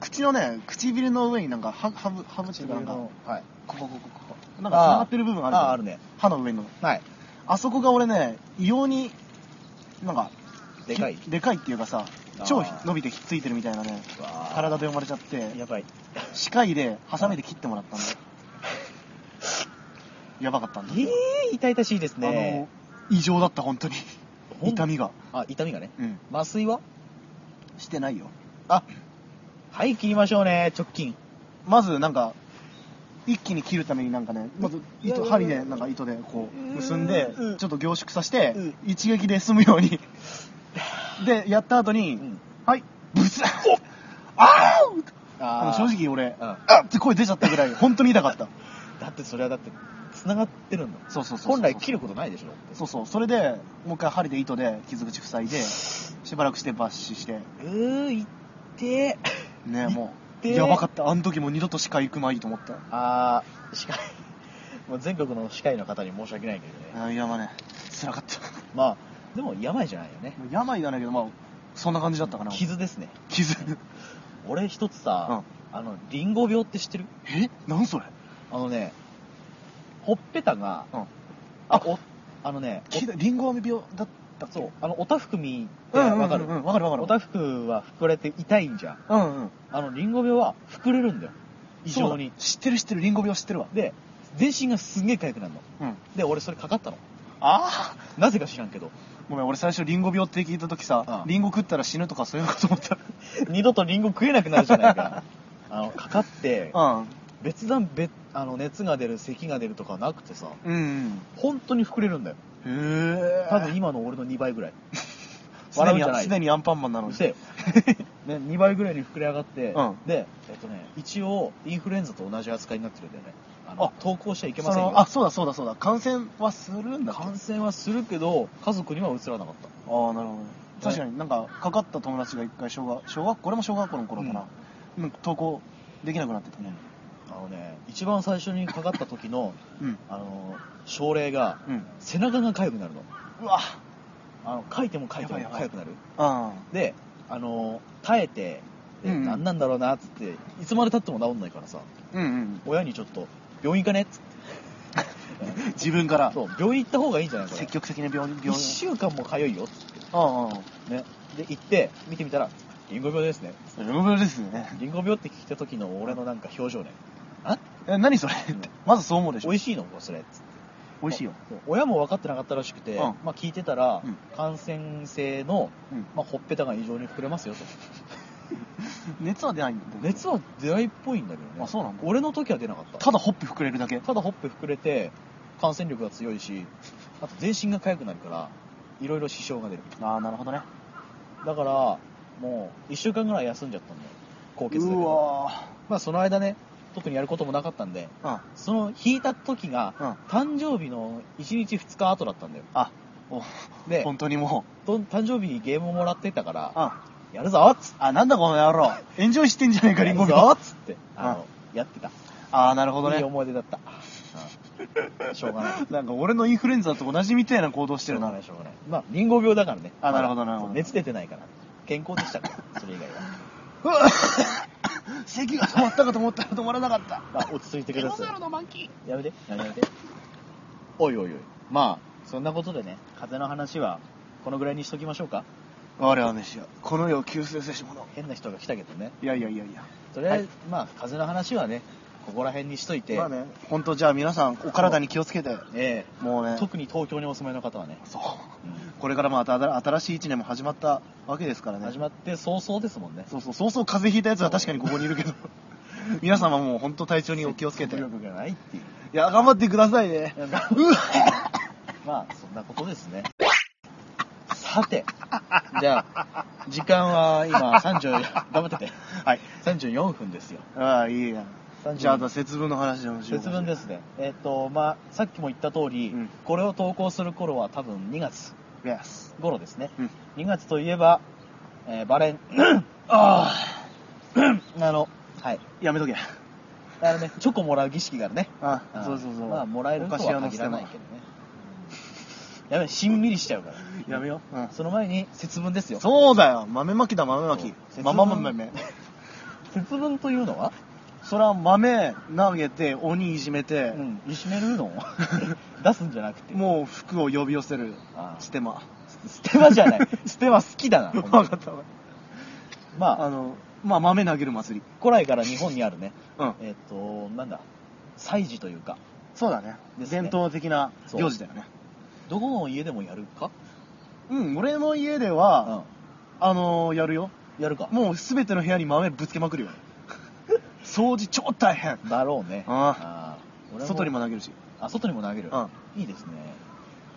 B: 口のね唇の上になんかハハブハブっていうかなんか
A: 唇のはい。
B: ここここここなんか繋がってる部分あるじゃん
A: ああ、あるね。
B: 歯の上の
A: はい。
B: あそこが俺ね、異様に、なんか、
A: でかい。
B: きでかいっていうかさ
A: あー、
B: 超伸びてひっついてるみたいなね、体で生まれちゃって、
A: やばい。
B: 歯科医でハサミで切っても らったんだよ。やばかったんだ
A: え
B: けど。
A: ー、痛々しいですね。
B: あの、異常だった本当に
A: ほん
B: 痛みが
A: あ痛みがね
B: うん
A: 麻酔は
B: してないよ
A: あはい切りましょうね直近
B: まずなんか一気に切るためになんかねまず
A: いやい
B: 糸
A: や
B: 針でなんか糸でこう
A: うん
B: 結んで
A: うん
B: ちょっと凝縮させて
A: うん
B: 一撃で済むよう にでやった後に、
A: うん
B: はいブスッあ
A: あ
B: あ
A: ー
B: 正直俺
A: うん
B: あって声出ちゃったぐらい本当に痛かった
A: だってそれはだって繋がってるんだもん
B: そうそうそうそう
A: 本来切ることないでしょだって
B: そうそうそれでもう一回針で糸で傷口塞いでしばらくして抜歯して
A: うーいって
B: ねもう
A: 痛え
B: やばかったあの時もう二度と歯科行くまいと思った
A: あー歯科医もう全国の歯科医の方に申し訳ないけどね
B: あーやばね辛かった
A: まあでも病じゃないよね
B: もう病じゃないけどまあそんな感じだったかな
A: 傷ですね
B: 傷
A: 俺一つさ、あのリンゴ病って知ってる
B: えなんそれ
A: あのねほっぺたが、
B: うん
A: あおあのね
B: 聞いたリンゴ飴病だったっけ
A: そうあのおたふくみって
B: うんうんうん
A: わかる、
B: うんわかるわかる
A: おたふくは膨れて痛いんじゃん
B: うんうん
A: あのリンゴ病は膨れるんだよ異常
B: そう
A: に
B: だ知ってる知ってるリンゴ病知ってるわ
A: で全身がすんげえ痒くなるの
B: うん
A: で俺それかかったの
B: ああ
A: なぜか知らんけど
B: ごめん俺最初リンゴ病って聞いた時さ
A: うん
B: リンゴ食ったら死ぬとかそういうのかと思った
A: 二度とリンゴ食えなくなるじゃない かあのかかって
B: うん
A: 別段別あの熱が出る咳が出るとかなくてさ
B: うん
A: 本当に膨れるんだよ
B: うんへえ
A: 多分今の俺の2倍ぐらい
B: すで
A: 笑うん
B: に
A: じゃない
B: すでにアンパンマンなの
A: う
B: に
A: せえよ ね、2倍ぐらいに膨れ上がって、
B: うん
A: で、えっとね、一応、インフルエンザと同じ扱いになってるんだよね。あ
B: あ
A: の、投稿しちゃいけま
B: そ
A: せん
B: の
A: よ。
B: あそうだそうだそうだ感染はするんだっけ
A: 感染はするけど、家族にはうつらなかっ
B: ああなるほど確かになんかかかった友達が一回小学小学校俺も小学校の頃かな、なんか登校できなくなってたね
A: た。あのね、一番最初にかかった時の、
B: うん
A: あの、症例が、
B: うん
A: 背中が痒くなるの。
B: うわ
A: あの、書いても書いても
B: やばいやばい
A: 痒くなる。
B: あ
A: で、あの、耐えて、で
B: うんうん
A: 何なんだろうな、っつって、いつまで経っても治んないからさ、
B: うんうん
A: 親にちょっと、病院行かねっつって。
B: 自分から
A: そう、病院行った方がいいんじゃないこれ
B: 積。極的に病院病
A: 1
B: 院
A: 週間も通いよっつって。
B: ああ
A: ね、で行って見てみたらリンゴ病ですね
B: 病病ですね
A: リンゴ病って聞いた時の俺のなんか表情ねあ
B: え何それ
A: うん
B: ってまずそう思うでし
A: 美
B: ょ
A: 味しいのそれっつって
B: 美味しいよ
A: そう親も分かってなかったらしくて、
B: うん
A: まあ、聞いてたら、
B: うん
A: 感染性の、
B: うん
A: まあ、ほっぺたが異常に膨れますよと
B: 熱は出ないんだけど
A: 熱は出ないっぽいんだけどね
B: あそうなんだ
A: 俺の時は出なかった
B: ただほっぺ膨れるだけ
A: ただほっぺ膨れて感染力が強いしあと全身が痒くなるからいろいろ支障が出る
B: ああなるほどね
A: だからもう1週間ぐらい休んじゃったんだよ高血だけ
B: う
A: ど
B: わ
A: まあその間ね特にやることもなかったんで
B: ー
A: その引いた時が、
B: うん
A: 誕生日の1日2日後だったんだよ。
B: あお
A: で、
B: 本当にもう
A: と誕生日にゲームをもらってたから、
B: あ
A: やるぞっつって、
B: あなんだこの野郎エンジョイしてんじゃねえかリンゴ
A: やる
B: 病
A: ぞっつって、あの、やってた。
B: ああなるほどね
A: いい思い出だった。うんしょうがない。
B: なんか俺のインフルエンザと同じみたいな行動してる
A: しょう
B: な
A: が。ない、しょうがない。まあ、リンゴ病だからね。
B: あなるほど
A: まだ
B: なるほど
A: 熱出てないから。健康でしたから、それ以 外は。
B: 咳が止まったかと思ったら止まらなかった。
A: まあ、落ち着いてく
C: エ
A: だ
C: ロ
A: さ
C: ザル
A: い。
C: の満期
A: やめて、やめて。おいおいおい。まあ、そんなことでね、風邪の話は、このぐらいにしときましょうか。
B: 我は飯よ。この世を救世せし者。
A: 変な人が来たけどね。
B: いやいやいやいや。
A: とりあえず、まあ、風邪の話はね、ここら辺にしといて、
B: まあね、本当じゃあ皆さん、お体に気をつけて、
A: え
B: もう
A: え
B: ね、
A: 特に東京にお住まいの方はね、
B: そう。
A: うん
B: これからまた新しい一年も始まったわけですからね。
A: 始まって早々ですもんね。
B: そうそう、そうそう風邪ひいたやつは確かにここにいる けど、皆様もう本当体調にお気をつけて。い
A: 説得力がないっていう。
B: や、頑張ってくださいね。うわ
A: まあ、そんなことですね。さて、じゃあ、時間は今30、頑張ってて。
B: はい。
A: 34分ですよ。
B: ああ、いいや。
A: 34
B: じゃあ、あとは節分の話でもしよう
A: 節分ですね。えっ、と、まあ、さっきも言った通り、
B: うん
A: これを投稿する頃は多分2月
B: Yes
A: 頃ですね。
B: うん。
A: 2月といえば、えーバレン、あ
B: あ
A: の、はい。
B: あ、やめとけ。
A: あのね、チョコもらう儀式があるね。
B: あ
A: ん
B: そうそうそう。
A: まあ、もらえるとは
B: お菓子屋の
A: 限
B: 人
A: ら
B: も
A: ないけどね。やべ、しんみりしちゃうから。
B: やめよう。うん。
A: その前に、節分ですよ。
B: そうだよ。豆まきだ、豆ま
A: そう
B: き
A: 節。分
B: ままままめ。
A: 節分というのは、
B: それは豆投げて、鬼いじめ
A: う
B: て、
A: ん、いしめる の出すんじゃなくて。
B: もう服を呼び寄せる。
A: あ
B: ステマ。
A: ーステマじゃ ない。ステマ好き だな。
B: 分
A: ほん
B: か
A: と
B: っ
A: に
B: たわ。
A: ま
B: あ
A: あ、
B: の、まあ豆投げる祭り。
A: 古来から日本にあるね、
B: うん。
A: えっ、と、なんだ、祭事というか、
B: そうだね。
A: ですね
B: 伝統的な
A: そう
B: 行事だよね。
A: どこの家でもやるか
B: うん、俺の家では、あのー、やるよ。
A: やるか
B: もうすべての部屋に豆ぶつけまく るよ。掃除超大変。
A: だろうねあ
B: あ
A: ー俺
B: 外にも投げるし。
A: あ外にも投げる、
B: うん
A: いいですね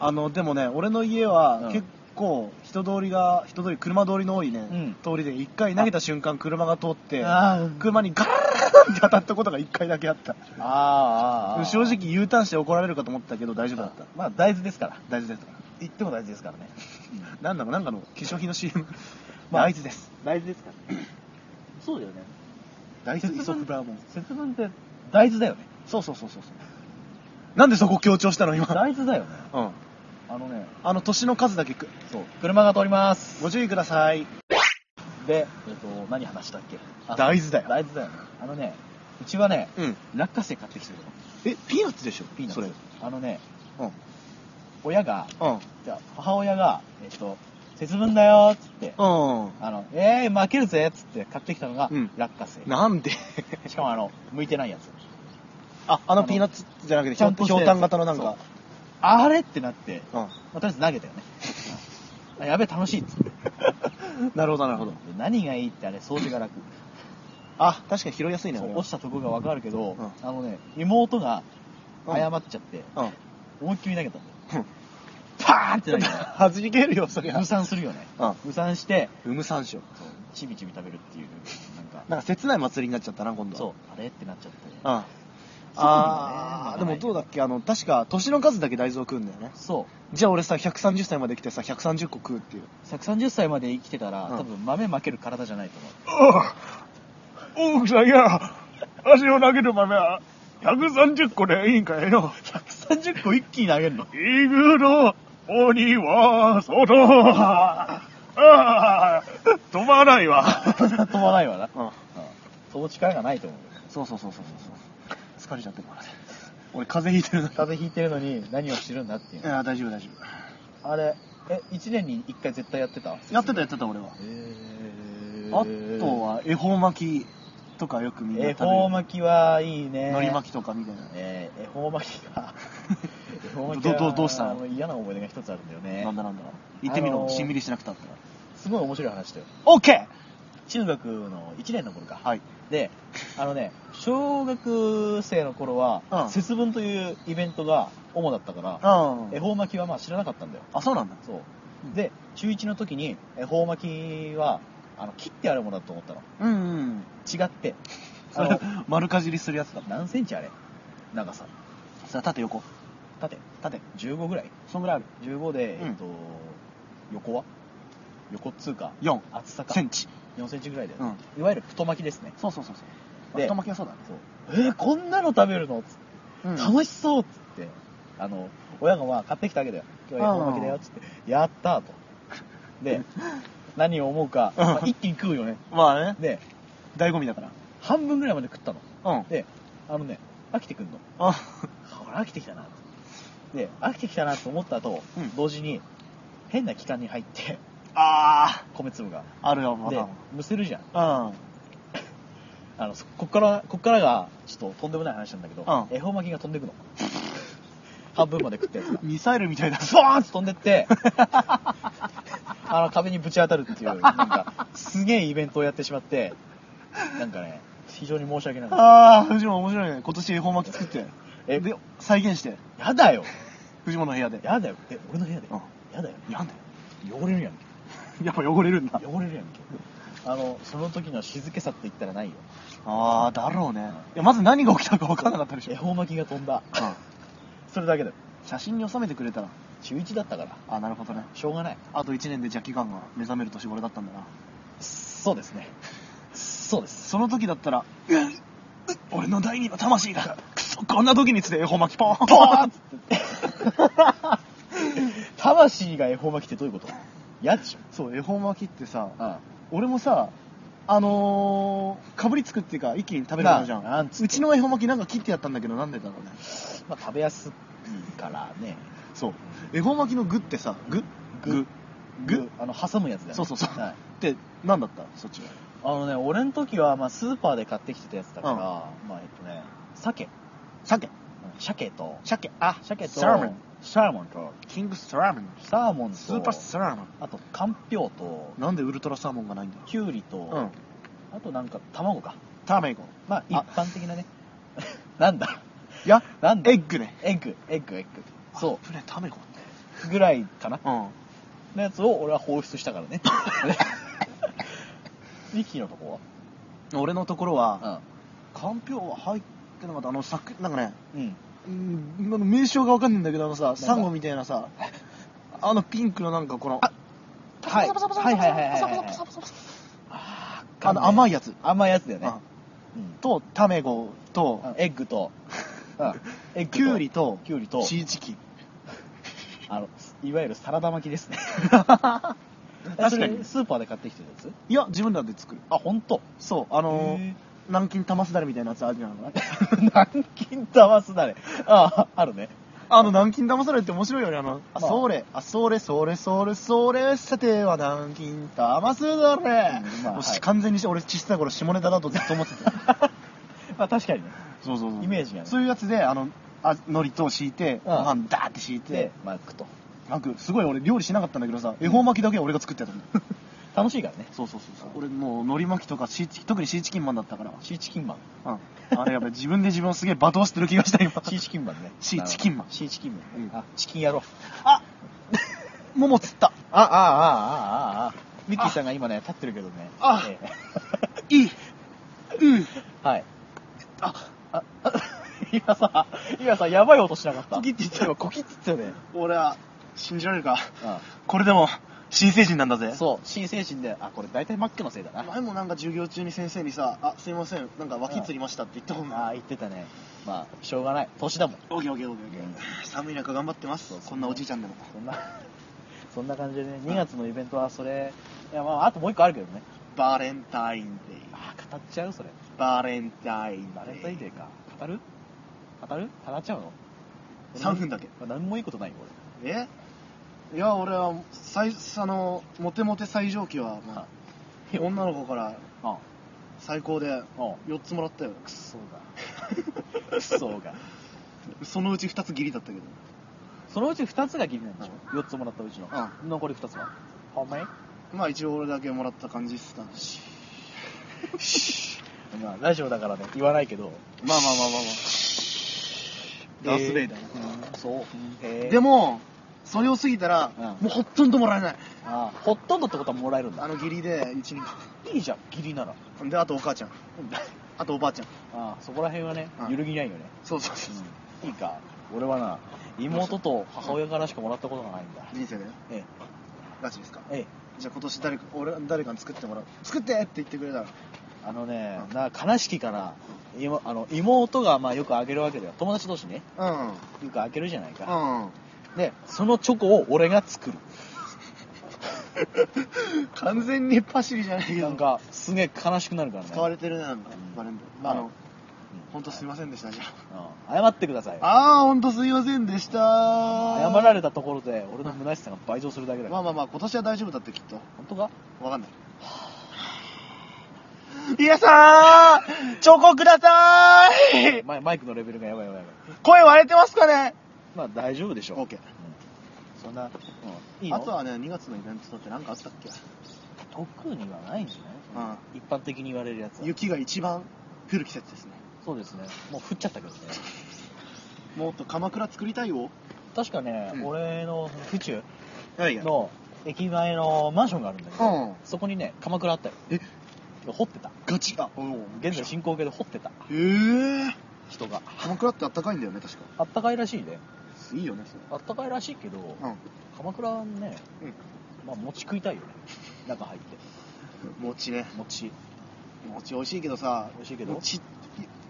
B: あの、でもね、俺の家
A: う
B: は
A: ん
B: 結構人通りが、人通り、車通りの多いね、
A: うん
B: 通りで、一回投げた瞬間車が通って、
A: あー
B: 車にガラーンって当たったことが一回だけあった。
A: あーあーあー
B: 正直 U ターンして怒られるかと思ったけど大丈夫だった。
A: まあ大豆ですから
B: 大丈夫ですか
A: 言っても大豆ですからね、
B: ら。なんだろう、なんかの化粧品の CM。
A: まあ
B: 大豆です。
A: 大豆ですから そうだよね
B: 大豆イソフラボン。
A: 節分って大豆だよね
B: そうそうそうそうそう。なんでそこ強調したの今。
A: 大豆だよね
B: うん。
A: あのね
B: あの、年の数だけく、
A: そう車が通ります
B: ご注意ください。
A: で、えっと何話したっけあ
B: 大豆だよ。
A: 大豆だよねあのねうちはね
B: うん。
A: 落花生買ってきてるの
B: え、ピーナッツでしょ
A: ピーナッツ
B: それ。
A: あのね
B: うん。
A: 親が
B: うん。
A: じゃあ母親がえっと節分だよっつって
B: うん。
A: あのえー、負けるぜっつって買ってきたのが
B: うん
A: 落花生、
B: なんで
A: しかもあの向いてないやつ
B: あ、あのピーナッツじゃなくて、
A: ちゃんと
B: ひょうたん型のなんか。
A: あれってなって、
B: うん。
A: まあ、とりあえず投げたよねあやべえ楽しいっ つって
B: なるほど、なるほど。
A: 何がいいってあれ掃除が楽
B: あ、確かに拾いやすいね、
A: そう
B: 俺は
A: 落ちたとこが分かるけど、
B: うん
A: あのね妹が
B: うん
A: 謝っちゃって、
B: うん。
A: 思いっきり投げたんだよ
B: うん
A: パーンって投げたの
B: はじける よ、そりゃ
A: 無。酸するよね
B: うん。
A: 無酸して
B: うむ山椒。
A: そうちびちび食べるっていうなんか
B: なんか切ない祭りになっちゃったな、今度は。
A: そうあれってなっちゃって
B: うん。ああー、でもどうだっけあの、確か、年の数だけ大豆を食うんだよね。
A: そう
B: じゃあ俺さ、130歳まで来てさ、130個食うっていう。
A: 130歳まで生きてたら、
B: うん
A: 多分豆負ける体じゃないと思う
B: おう、さんや、足を投げる豆は、130個でいいんかいの。
A: 130個一気に投げるの
B: イグの鬼は、外ああ、飛ばないわ。
A: 飛ばないわな、
B: うん。
A: その力がないと思う
B: そうそうそうそうそう。疲れちゃってるからね。俺風邪ひいてる
A: 風邪ひいてるのに何をしてるんだっていう
B: な。いや、大丈夫大丈
A: あれえ1年に1回絶対やってた
B: 夫。やってたやってた俺は。
A: え
B: あとは、恵方巻きとかよくみんな
A: 恵
B: 食べる。
A: 方巻きはいいね
B: 海苔巻きとかみたいな。
A: えー恵方巻き が恵方巻き
B: どどどうしたの
A: の嫌な思い出が一つあるんだよね
B: なんだなんだ。行ってみ
A: あの
B: ろ。
A: ー
B: しんみりしなくたったら。
A: すごい面白い話だよ
B: オッケ
A: 中学の1年の頃か
B: ーはい。
A: であのね小学生の頃は、
B: うん
A: 節分というイベントが主だったから、
B: う
A: 恵
B: ん。
A: 方巻きはまあ知らなかったんだよ
B: あ、そうなんだ。
A: そう
B: うん
A: で中1の時に恵方巻きはあの切ってあるものだと思ったの
B: うんうん。
A: 違って
B: そ
A: あ
B: れ
A: の、
B: 丸かじりするやつだ。
A: 何センチあれ長さ
B: それは縦横。
A: 縦
B: 縦。
A: 15ぐらい
B: そんぐらいある。
A: 15で、
B: うん
A: えっと横は横っつうか
B: 4
A: 厚さか
B: センチ。
A: 4センチぐらいだよ、
B: うん。
A: いわゆる太巻きですね
B: そうそうそうそう。まあ
A: で
B: 太巻きはそうだね。
A: そうえー、こんなの食べるのつって
B: うん
A: 楽しそうっつってあの親がまあ買ってきたわけだよ今日は恵方巻きだよっつってやったーと で何を思うか、まあ一気に食うよね
B: まあね、
A: で
B: 醍醐味だから。
A: 半分ぐらいまで食ったの
B: うん。
A: であのね飽きてくんの
B: あ、
A: ほら飽きてきたなとで飽きてきたなと思った後、
B: うん
A: 同時に変な期間に入って
B: あ
A: 米粒が
B: ー、あるよ、ま
A: で
B: だ。
A: むせるじゃん
B: うん。
A: あのそこっからこっからがちょっととんでもない話なんだけど、
B: う
A: 恵方巻きが飛んでくの 半分まで食ったやつが
B: ミサイルみたいだ。
A: スワーンって飛んでってあの壁にぶち当たるっていうなんかすげえイベントをやってしまってなんかね非常に申し訳なかっ
B: あー、藤本面白いね。今年恵方巻き作って。
A: たえ
B: で、再現して。
A: やだよ
B: 藤本の部屋で。
A: やだよえ俺の部屋で、
B: うん
A: やだよ
B: やんだよ。
A: 汚れるやんけ
B: やっぱ汚れるんだ。
A: 汚れるやんけあのその時の静けさって言ったらないよ
B: あー、だろうね。いや、まず何が起きたか分かんなかったでしょ
A: 恵。方巻きが飛んだ
B: うん
A: それだけだよ
B: 写真に収めてくれたら。
A: 中1だったから
B: あ、なるほどね。
A: しょうがない
B: あと1年でジャッキガンが目覚める年頃だったんだな。
A: そうですねそうです
B: その時だったら、うっうっ俺の第二の魂が、くそ、こんな時につで恵方巻きポーン
A: ポーンっつって 魂が恵方巻きってどういうこと嫌でしょ
B: そう、恵方巻きってさ、
A: あ
B: 俺もさあのー、かぶりつくっていうか一気に食べるものじゃ
A: なあなん
B: ん
A: つって
B: うちの恵方巻きなんか切ってやったんだけどなんでだろうね
A: まあ食べやすいからね
B: そう恵方巻きの具ってさ具
A: 具
B: 具
A: ぐあの挟むやつだよね
B: そうそうそう
A: はい
B: ってなんだったそっち
A: あ
B: は
A: のね俺の時はまあスーパーで買ってきてたやつだから、
B: うん
A: まあえっとね鮭
B: 鮭
A: 鮭と
B: 鮭あ
A: 鮭と
B: サーモン
A: サーモンと、
B: キングスラーメン
A: サーモンと、
B: スーパースラーメン
A: あと、かんぴょうと、
B: なんでウルトラサーモンがないんだ
A: きゅうりと、
B: うん
A: あとなんか卵か。
B: ターメイコ
A: まあ、一
B: あ
A: 般的なね。 なんだ
B: いや
A: なんだ
B: エッグね
A: エッグ、エッグ、エッグ。そ
B: あぶねターメイコ
A: う。ぐらいかな。
B: うん
A: のやつを俺は放出したからね。ミッキーのとこ
B: 俺のところは
A: は
B: かんぴょうは入ってなかったあのさなんかね
A: うん。うん。
B: うんあの名称がわかんないんだけどあのさ
A: だ
B: サンゴみたいなさあのピンクのなんかこの
A: あはい
C: パサパサパサ
A: はいはいはいはい
C: パサパサパサパサパサ
B: あの甘い
A: い。
B: やつ、
A: 甘いやつだよね。
B: うんとタメゴと
A: うんエッグと、うんエッグと
B: きゅうりと
A: きゅうりと、
B: チーチキン
A: あの、いわゆるサラダ巻きですね。えそ
B: 確か
A: れ
B: に
A: スーパーで買ってきてるやつ
B: いや自分らで作る
A: あ、ほんと。
B: そうあの
A: へー
B: 南京玉すだれみたいなやつあるじゃない
A: 南京玉すだれ。ああ、あるね。
B: あの南京玉すだれって面白いよねあの「あ
A: まあ
B: それあそれそれそれそれさては南京玉すだ
A: う
B: れ」
A: んまあ
B: もうし
A: はい
B: 完全にし俺小さい頃下ネタだとずっと思ってた
A: まあ確かにね。
B: そうそうそう
A: イメージがね
B: そういうやつであのあ海苔と敷いて
A: う
B: ご
A: ん
B: 飯ダーって敷いて
A: で、まあ食うと。
B: なんかすごい俺料理しなかったんだけどさ恵方巻きだけ俺が作ってやっ たの
A: 楽しいからね。
B: そうそうそうそう俺もう海苔巻きとかシーチ特にシーチキンマンだったから
A: シーチキンマン。
B: うん、あれやっぱり自分で自分をすげえ罵倒してる気がした 今
A: シーチキンマンね。
B: シーチキンマン
A: シーチキンマン。
B: うん
A: あ、チキン野郎。
B: あ桃釣った
A: あ、あ、あ、あ、あ、あ、あ。ミッキーさんが今ね、立ってるけどね。
B: あ
A: え
B: いいうん
A: えはい。
B: あ
A: あ、 あ今さ、今さ、やばい音しなかった。
B: コキって言った
A: 今コキって言ったよね。
B: 俺は信じられるか
A: あ
B: これでも新成人なんだぜ
A: そう、新成人で、あ、これ大体マックのせいだな。
B: 前もなんか授業中に先生にさ「あすいませんなんか
A: 脇
B: 脇
A: 釣
B: 釣りました」って言ったもん
A: ああ、言ってたね。まあ、しょうがない。年だもん。
B: オーケーオーケーオーケーオー
A: うん
B: ケー寒い中頑張ってます
A: そうそう
B: こんなおじいちゃんでも
A: そんな、そんな感じでね、2月のイベントはそれ、いや、まあ、あともう一個あるけどね。
B: バレンタインデー
A: ああ、語っちゃうそれ。
B: バレンタインデ
A: バ
B: ー
A: レンタインデーか。語る語る語っちゃうの
B: 3分だけ。
A: 俺何もいいことないよ、俺。
B: えいや俺は最あのモテモテ最上級は、まあ、女の子から
A: あ
B: 最高で
A: あ
B: 4つもらったよ
A: クソが。クソが。
B: そのうち2つ義理だったけど
A: そのうち2つが気になるんでしょ ?4 つもらったうちの。残り2つは。ほんまに
B: まあ一応俺だけもらった感じっすかし
A: まあ、ラジオだからね、言わないけど。
B: まあまあまあまあまあダース・ベイダー、
A: そう。えー
B: で、もそれを過ぎたら、
A: うん
B: もうほとんどもらえない
A: ああほとんどってことはもらえるんだ
B: あ。の義理でうちに
A: いいじゃん、義理なら。
B: であとお母ちゃんあとおばあちゃん
A: ああそこら辺はね
B: う、ん
A: 揺るぎないよね。
B: そうそうそう、
A: いいか。俺はな、妹と母親からしかもらったことがないんだ。
B: 人生だよ
A: え
B: ガチですか
A: え、ええ。
B: じゃあ今年誰か俺誰かに作ってもらう作ってって言ってくれたら
A: あのね、な悲しきから、今あの妹がまあよくあげるわけだよ。友達同士ね、
B: うん
A: よくあげるじゃないか。
B: うん
A: で、そのチョコを俺が作る。
B: 完全にパシリじゃないけど
A: なんか、すげえ悲しくなるからね。
B: 使われてるねなんか
A: うん
B: バレン
A: ま
B: タ
A: あ
B: あの
A: うん
B: 本当すいませんでしたじゃ
A: うん謝ってください。
B: ああー本当すいませんでした謝
A: 謝られ
B: た
A: たところで、俺の虚しさが倍増するだけだから。
B: まあまあまあ今年は大丈夫だってきっと
A: 本当か
B: わかんない皆さんチョコくださ ーい
A: マイマイクのレベルがやばいやばいやばい。
B: 声割れてますかね
A: まあ大丈夫でしょう。
B: OK
A: うんそんな、うん、いいの
B: あとはね2月のイベントだって何かあったっけ
A: 特にはないんじゃない、一般的に言われるやつは
B: 雪が一番降る季節ですね
A: そうですねもう降っちゃったけどね
B: もっと鎌倉作りたいよ
A: 確かね、
B: うん
A: 俺の府中
B: はい
A: の駅前のマンションがあるんだけど、
B: うん
A: そこにね鎌倉あったよ
B: え
A: 掘ってた
B: ガチあおう
A: 現在進行形で掘ってた
B: えー、
A: 人が
B: 鎌倉ってあったかいんだよね確か
A: あったかいらしいね
B: いいよねそれ
A: あったかいらしいけど、
B: うん
A: 鎌倉ね、
B: うん
A: まあ餅食いたいよね中入って
B: 餅ね
A: 餅
B: 餅美味しいけどさ
A: 美味しいけど
B: 餅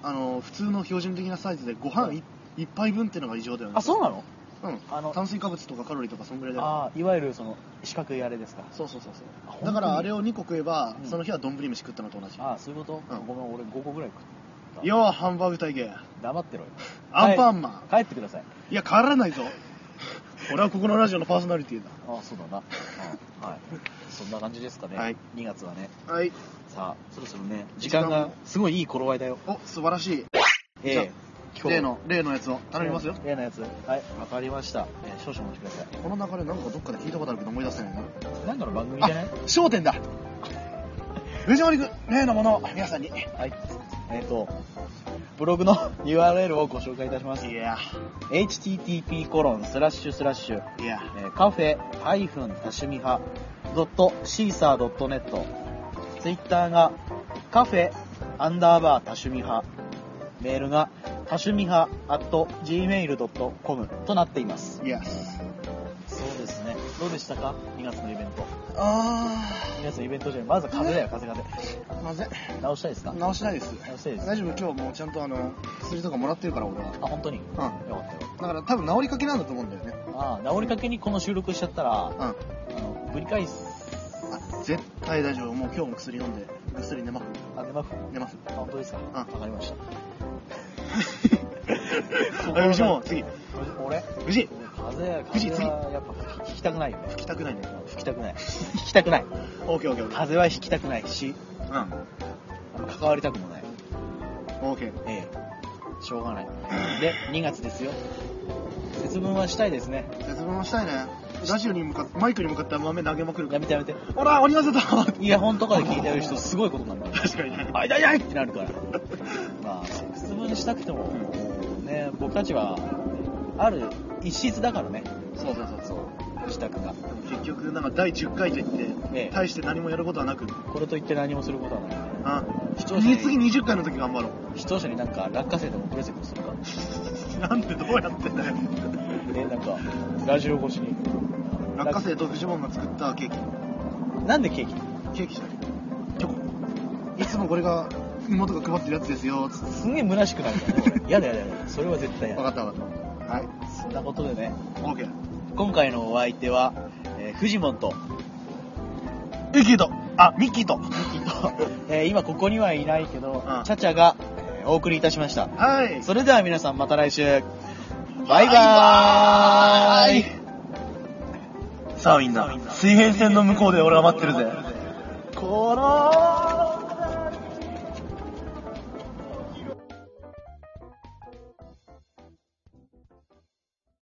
B: あの普通の標準的なサイズでご飯い一杯分ってのが異常だよね
A: あそう
B: な
A: なの
B: うん
A: あの
B: 炭水化物とかカロリーとかそんぐらいだよ
A: ああいわゆるその四角いあれですか
B: そうそうそう
A: あ
B: そ
A: 本
B: う
A: 当
B: だ
A: に
B: からあれを2個食えば、
A: うん
B: その日は丼飯食ったのと同じ
A: ああそういうこと、
B: うん
A: ごめん俺5個ぐらい食っ
B: ようハンバーグ体型
A: た黙ってろよ
B: アンパンマン、
A: 帰ってください
B: い、や変わらないぞ俺はここのラジオのパーソナリティだ
A: ああそうだな、あはいそんな感じですかね、
B: はい
A: 2月はね
B: はい
A: さあそろそろね時
B: 時
A: 間
B: 間
A: が
B: が
A: すごいいい頃合いだよ
B: お素晴らしい
A: ええ今日
B: 例の例のやつを頼みますよ
A: 例のやつはいわかりました、えー少々お待ちくださ
B: この流れなんかどっかで聞いたことあるけど思い出せないない
A: なんかの番組じゃな
B: あ
A: い
B: 商店だ藤森君例のものを皆さんにい
A: はいえっ、とブログの URL をご紹介いたします
B: や
A: http コロンスラッシュスラッシュ
B: いや
A: カフェハイフン多趣味派ドットシーサードットネットツイッターがカフェアンダーバー多趣味派メールが多趣味派 at gmail.com となっています
B: いや
A: そうですねどうでしたか2月のイベント
B: あ
A: 2月のイベントじゃないまず風邪だよ風邪
B: ーまずい
A: 風邪直したいですか
B: 直しないです
A: 直したいです
B: 大丈夫今日もうちゃんとあの薬とかもらってるから俺は
A: あ本当によ
B: うんだ
A: かったよ
B: から多分治りかけなんだと思うんだよね
A: ああ治りかけにこの収録しちゃったら
B: うんあ
A: あのぶり返す
B: 絶対大丈夫もう今日も薬飲んでぐっすり寝ます
A: あ出ます
B: 寝ます
A: あ本当ですか
B: ん
A: わかりました
B: あよしもう次
A: 俺
B: 藤井
A: 風邪
B: 藤井
A: 風邪はやっぱ聞きたくないよね
B: 聞きたくないね
A: 聞きたくない聞きたくない
B: オーケーオーケーオーケ
A: 風邪は引きたくないし
B: ー
A: あの関わりたくもない
B: うんオーケー
A: ええしょうがないで2月ですよ節分はしたいですね
B: 絶望したいねラジオに向かってマイクに向かって豆投げまくるか
A: や
B: ら
A: めてやめて
B: ほら鬼混ぜた 確
A: イヤホンとかで聞いてる人すごいことになるから
B: かにね
A: あいだいだいってなるから。まあ、節分したくても、ね、僕たちは、ある一室だからね、
B: そうそうそうそう
A: そう、自宅が。
B: 結局なんか第10回と言って、
A: ええ
B: 大して何もやることはなく
A: これといって何もすることはないんでね。
B: あ
A: 視聴者
B: 次次
A: に、
B: 20回の時頑張ろう
A: 視聴者になんか落花生でもプレゼントするか。
B: なんでどうや ってんだよ
A: ね、なんか、ラジオ越しに。
B: 落花生とフジモンが作ったケーキ
A: なんでケーキ
B: ケーキじゃないチョコいつもこれが妹が配ってるやつですよつって
A: すんげえ虚しくなるからね、俺。やだやだやだ。それは絶対や
B: 分か
A: だ。
B: った分かったはい
A: そんなことでね、
B: OK
A: 今回のお相手は、えー、フジモンと、
B: ミッキーとあミッキーと
A: えー今ここにはいないけど、
B: うん
A: チャチャが、えーお送りいたしました。
B: はい
A: それでは皆さんまた来週。バイバーイ
B: さあみんな水平線の向こうで俺は待ってるぜ
A: この